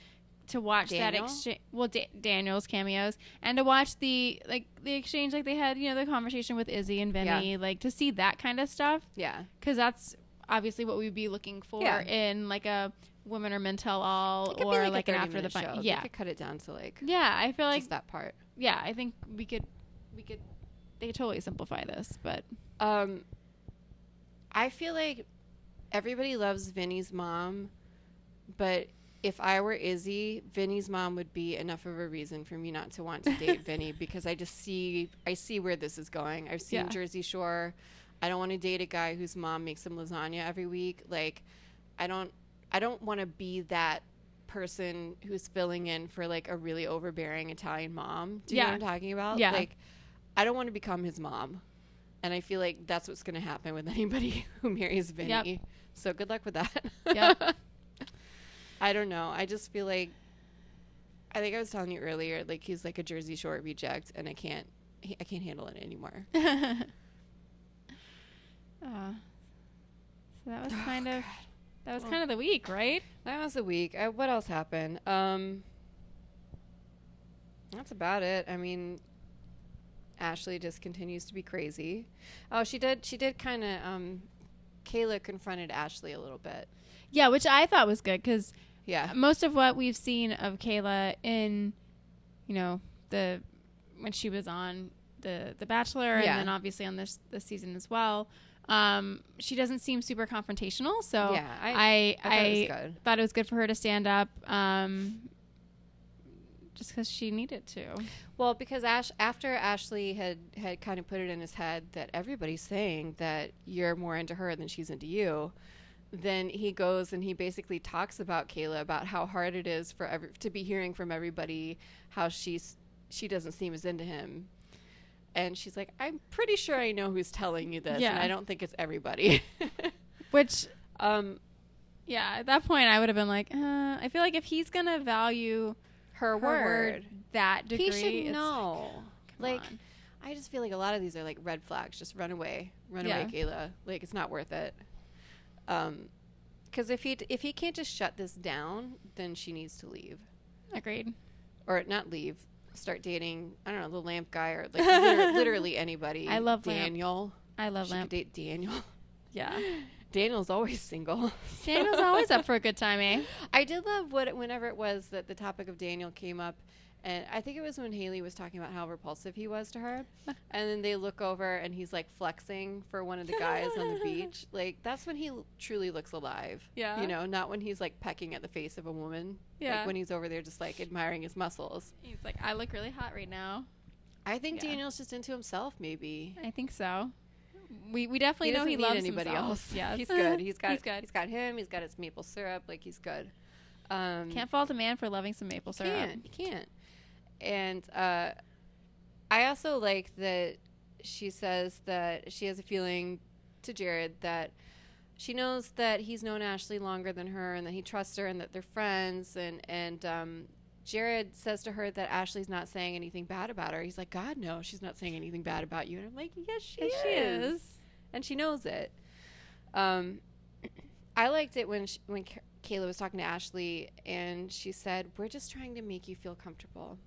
to watch that
Daniel?
exchange well da- Daniel's cameos and to watch the like the exchange like they had, you know, the conversation with Izzy and Vinny, like to see that kind of stuff
Yeah,
cuz that's obviously what we'd be looking for
Yeah.
in like a women or men tell all
It could be,
or
a
like, an
30
after the
minute show.
fi-
They
yeah.
could cut it down to like,
Yeah, I feel like
just that part.
yeah, I think we could we could they could totally simplify this, but
Um, I feel like everybody loves Vinny's mom, but if I were Izzy, Vinny's mom would be enough of a reason for me not to want to date Vinny because I just see I see where this is going. I've seen
Yeah.
Jersey Shore. I don't want to date a guy whose mom makes him lasagna every week. Like, I don't I don't want to be that person who's filling in for like a really overbearing Italian mom. Do you know
Yeah.
what I'm talking about?
Yeah.
Like, I don't want to become his mom. And I feel like that's what's going to happen with anybody who marries Vinny.
Yep.
So good luck with that.
Yep.
I don't know. I just feel like I think I was telling you earlier like he's like a Jersey Shore reject and I can't I can't handle it anymore.
uh, so that was
Oh,
kind of that was
Well-
kind of the week, right?
That was the week. I, what else happened? Um That's about it. I mean Ashley just continues to be crazy. Oh, she did she did kind of um Kayla confronted Ashley a little bit.
Yeah, which I thought was good because
Yeah.
most of what we've seen of Kayla in, you know, the when she was on the The Bachelor,
Yeah.
and then obviously on this this season as well, um, she doesn't seem super confrontational. So
yeah, I,
I
I,
I,
thought it was good.
thought it was good for her to stand up, um, just because she needed to.
Well, because Ash, after Ashley had had kind of put it in his head that everybody's saying that you're more into her than she's into you, then he goes and he basically talks about Kayla about how hard it is for every, to be hearing from everybody how she's she doesn't seem as into him. And she's like, I'm pretty sure I know who's telling you this, and
Yeah.
I don't think it's everybody.
Which
um,
Yeah, at that point, I would have been like, uh, I feel like if he's gonna value
her,
her word that degree,
he should
it's-
know.
come
Like,
on.
I just feel like a lot of these are like red flags. Just run away, run away, Kayla. Like it's not worth it. Um, because if he if he can't just shut this down, then she needs to leave
agreed.
or not leave. Start dating. I don't know the lamp guy or like liter- literally anybody.
I love Lamp.
Daniel.
I love
She could
Lamp.
date Daniel.
Yeah,
Daniel's always single.
Daniel's always up for a good time, eh?
I did love what whenever it was that the topic of Daniel came up, and I think it was when Haley was talking about how repulsive he was to her, and then they look over and he's like flexing for one of the guys on the beach. Like that's when he l- truly looks alive.
Yeah.
you know, not when he's like pecking at the face of a woman.
Yeah.
like when he's over there just like admiring his muscles.
He's like, I look really hot right now.
I think
Yeah.
Daniel's just into himself, maybe.
I think so. We we definitely know
doesn't
he
need
loves
anybody
himself.
else.
Yes.
he's good. He's got
he's good.
He's got him. He's got his maple syrup. Like he's good. Um,
Can't fault a man for loving some maple syrup. Oh,
can't. You can't. And uh, I also like that she says that she has a feeling to Jared that she knows that he's known Ashley longer than her and that he trusts her and that they're friends. And, and um, Jared says to her that Ashley's not saying anything bad about her. He's like, God, no, she's not saying anything bad about you. And I'm like, yes, she,
Yes, she
is
is.
and she knows it. Um, I liked it when she, when Ka- Kayla was talking to Ashley, and she said, "We're just trying to make you feel comfortable.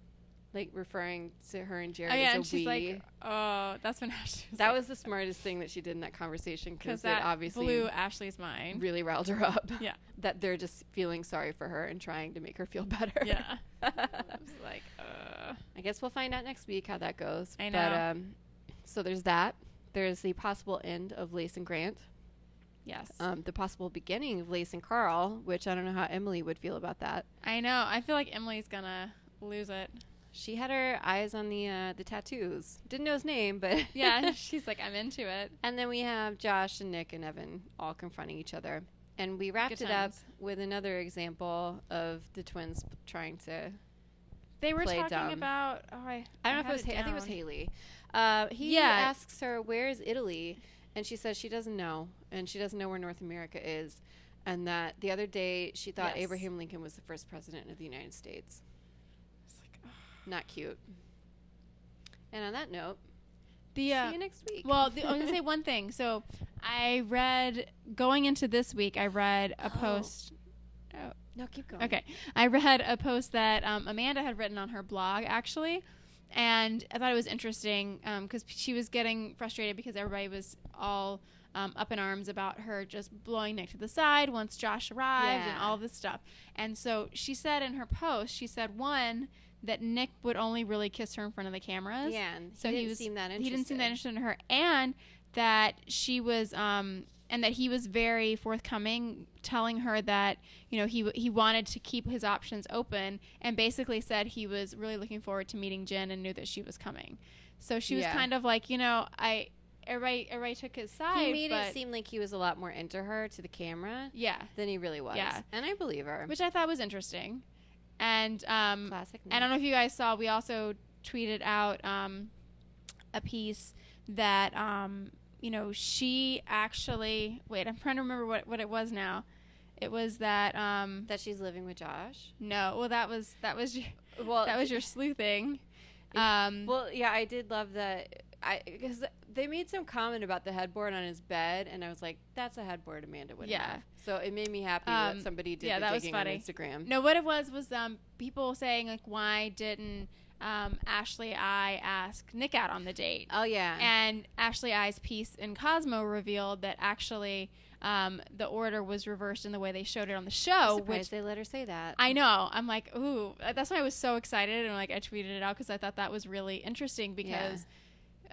like referring to her and Jared
oh yeah,
as a
and she's
we.
like, "Oh, that's when Ashley." Was
that was the smartest thing that she did in that conversation
because
because
that
it obviously
blew Ashley's mind.
really riled her up.
Yeah.
that they're just feeling sorry for her and trying to make her feel better.
Yeah, I was like, uh,
I guess we'll find out next week how that goes.
I
But,
know.
um, so there's that. There's the possible end of Lace and Grant.
yes.
Um, the possible beginning of Lace and Carl, which I don't know how Emily would feel about that.
I know. I feel like Emily's gonna lose it.
She had her eyes on the uh, the tattoos. Didn't know his name, but
Yeah, she's like, "I'm into it."
And then we have Josh and Nick and Evan all confronting each other. And we wrapped
Good
it up
times.
with another example of the twins trying to.
They were
Play
talking
dumb.
about. Oh, I.
I don't know
had
if it was. Ha- I think it was
down.
Haley. Uh, he
Yeah.
asks her, "Where is Italy?" And she says she doesn't know, and she doesn't know where North America is, and that the other day she thought
Yes.
Abraham Lincoln was the first president of the United States.
It's like, oh. ugh.
Not cute. And on that note,
The uh,
see you next week.
Well, the, I'm gonna say one thing. So, I read going into this week. I read a
Oh.
post.
no, keep going.
Okay, I read a post that um, Amanda had written on her blog actually, and I thought it was interesting because she was getting frustrated because everybody was all um, up in arms about her just blowing Nick to the side once Josh arrived and
Yeah.
all this stuff. And so she said in her post, she said one that Nick would only really kiss her in front of the cameras.
Yeah, and
So
he
he
didn't
was-
seem that interested.
He didn't seem that interested in her, and that she was, um, and that he was very forthcoming, telling her that you know he he wanted to keep his options open, and basically said he was really looking forward to meeting Jen and knew that she was coming. So she was
Yeah.
kind of like, you know, I everybody everybody took his side.
He made
but
it seem like he was a lot more into her to the camera
yeah,
than he really was.
Yeah.
And I believe her.
which I thought was interesting, and um,
Classic.
I don't know if you guys saw, we also tweeted out um, a piece that, um, you know, she actually. Wait, I'm trying to remember what, what it was now. It was that. Um,
That she's living with Josh.
no, well, that was that was your,
Well,
that was your sleuthing. Um,
Well, yeah, I did love that. I because they made some comment about the headboard on his bed, and I was like, "That's a headboard Amanda would
Yeah.
have." So it made me happy
Um,
that somebody did
yeah,
the
that was
digging
funny.
on Instagram.
no, what it was was um, people saying like, why didn't um, Ashley I ask Nick out on the date?
Oh yeah,
And Ashley I's piece in Cosmo revealed that actually um, the order was reversed in the way they showed it on the
I'm
show,
surprised
which
they let her say that.
I know. I'm like, ooh, that's why I was so excited and like I tweeted it out because I thought that was really interesting because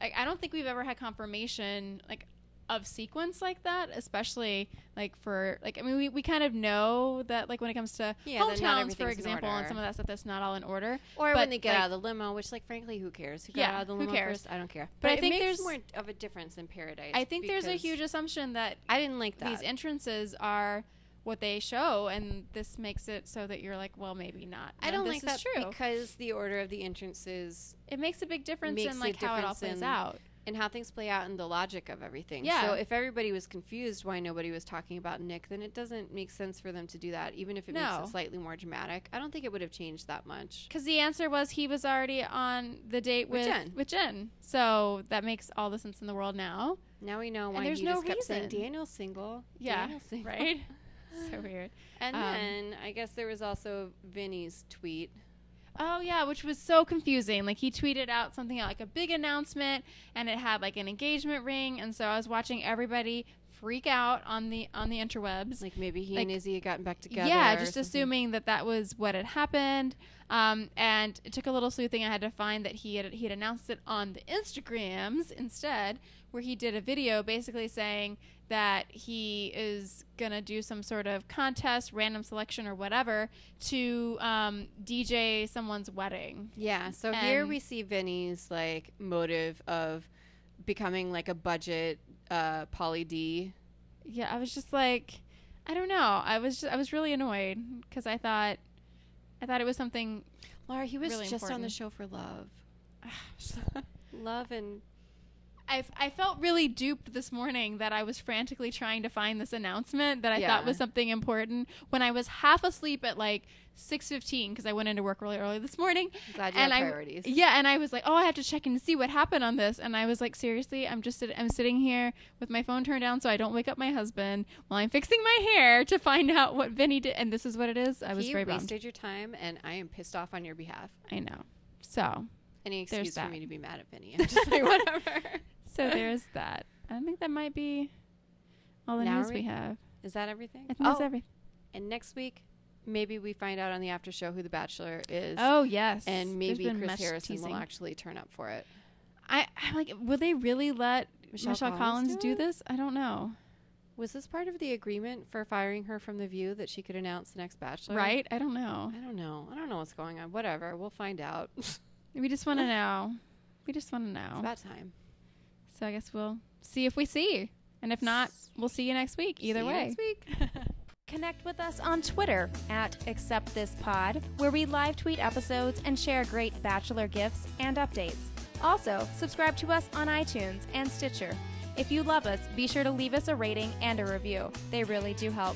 like, I don't think we've ever had confirmation like of sequence like that, especially like for like I mean we, we kind of know that like when it comes to
Yeah, that not
hometowns, for
everything's in
example, and
order.
some of that stuff that's not all in order.
or
but,
when they get
like-
out of the limo, which, like, frankly, who cares? Who got
Yeah,
out of the
who
limo
cares?
first? I don't care.
But I
it
think
makes
there's-
more of a difference in Paradise.
I think there's a
because
huge assumption that
I didn't like that.
these entrances are what they show, and this makes it so that you're like, well, maybe not.
I
And
don't
this
like
is
that
True,
because the order of the entrances
it makes a big difference
Makes
in
a
like how it all
difference
plays
in-
out.
and how things play out and the logic of everything.
Yeah.
So if everybody was confused why nobody was talking about Nick, then it doesn't make sense for them to do that, even if it
No.
makes it slightly more dramatic. I don't think it would have changed that much.
Because the answer was he was already on the date with
With Jen.
with Jen. so that makes all the sense in the world now.
Now we know why
there's
he
no
just kept saying
reason.
Daniel's single.
Yeah,
Daniel's single.
right. so weird.
And
Um,
then I guess there was also Vinny's tweet.
Oh yeah, which was so confusing. Like he tweeted out something like a big announcement and it had like an engagement ring and so I was watching everybody freak out on the on the interwebs.
Like maybe he
Like-
and Izzy had gotten back together.
Yeah,
or
just
something.
assuming that that was what had happened. Um, and it took a little sleuthing. I had to find that he had he had announced it on the Instagrams instead, where he did a video basically saying that he is gonna do some sort of contest, random selection or whatever, to um, DJ someone's wedding.
Yeah, so here
And-
we see Vinny's like motive of becoming like a budget uh poly D
Yeah, I was just like, I don't know. I was just I was really annoyed because I thought. I thought it was something.
Laura, he was
really
just on the
important.
show for love. love and
I, I felt really duped this morning that I was frantically trying to find this announcement that I
Yeah.
thought was something important when I was half asleep at like 6:15 because I went into work really early this morning.
glad you
And
have
I-
priorities.
Yeah, and I was like, "Oh, I have to check and see what happened on this." And I was like, "Seriously, I'm just sit- I'm sitting here with my phone turned down so I don't wake up my husband while I'm fixing my hair to find out what Vinny did." And this is what it is. I was
he
very bummed.
wasted your time, and I am pissed off on your behalf.
I know. So,
Any
There's
excuse for
that.
me to be mad at Vinny. I'm just like, whatever.
so there's that. I think that might be all the
Now
news
are
we
we-
have.
Is that everything? Oh,
I think that's everything.
and next week, maybe we find out on the after show who the Bachelor is.
Oh yes,
And
There's
maybe
been
Chris
much
Harrison
teasing.
will actually turn up for it.
I, I'm like, will they really let Michelle,
Michelle
Collins,
Collins do
do
it?
this? I don't know.
Was this part of the agreement for firing her from The View that she could announce the next Bachelor?
Right? I don't know.
I don't know. I don't know what's going on. Whatever. We'll find out. it's
We just want to know. We just want to know.
about time.
So I guess we'll see if we see. And if not, we'll see you next week. Either
See you
way.
next week.
Connect with us on Twitter at AcceptThisPod, where we live tweet episodes and share great Bachelor gifts and updates. Also, subscribe to us on iTunes and Stitcher. If you love us, be sure to leave us a rating and a review. They really do help.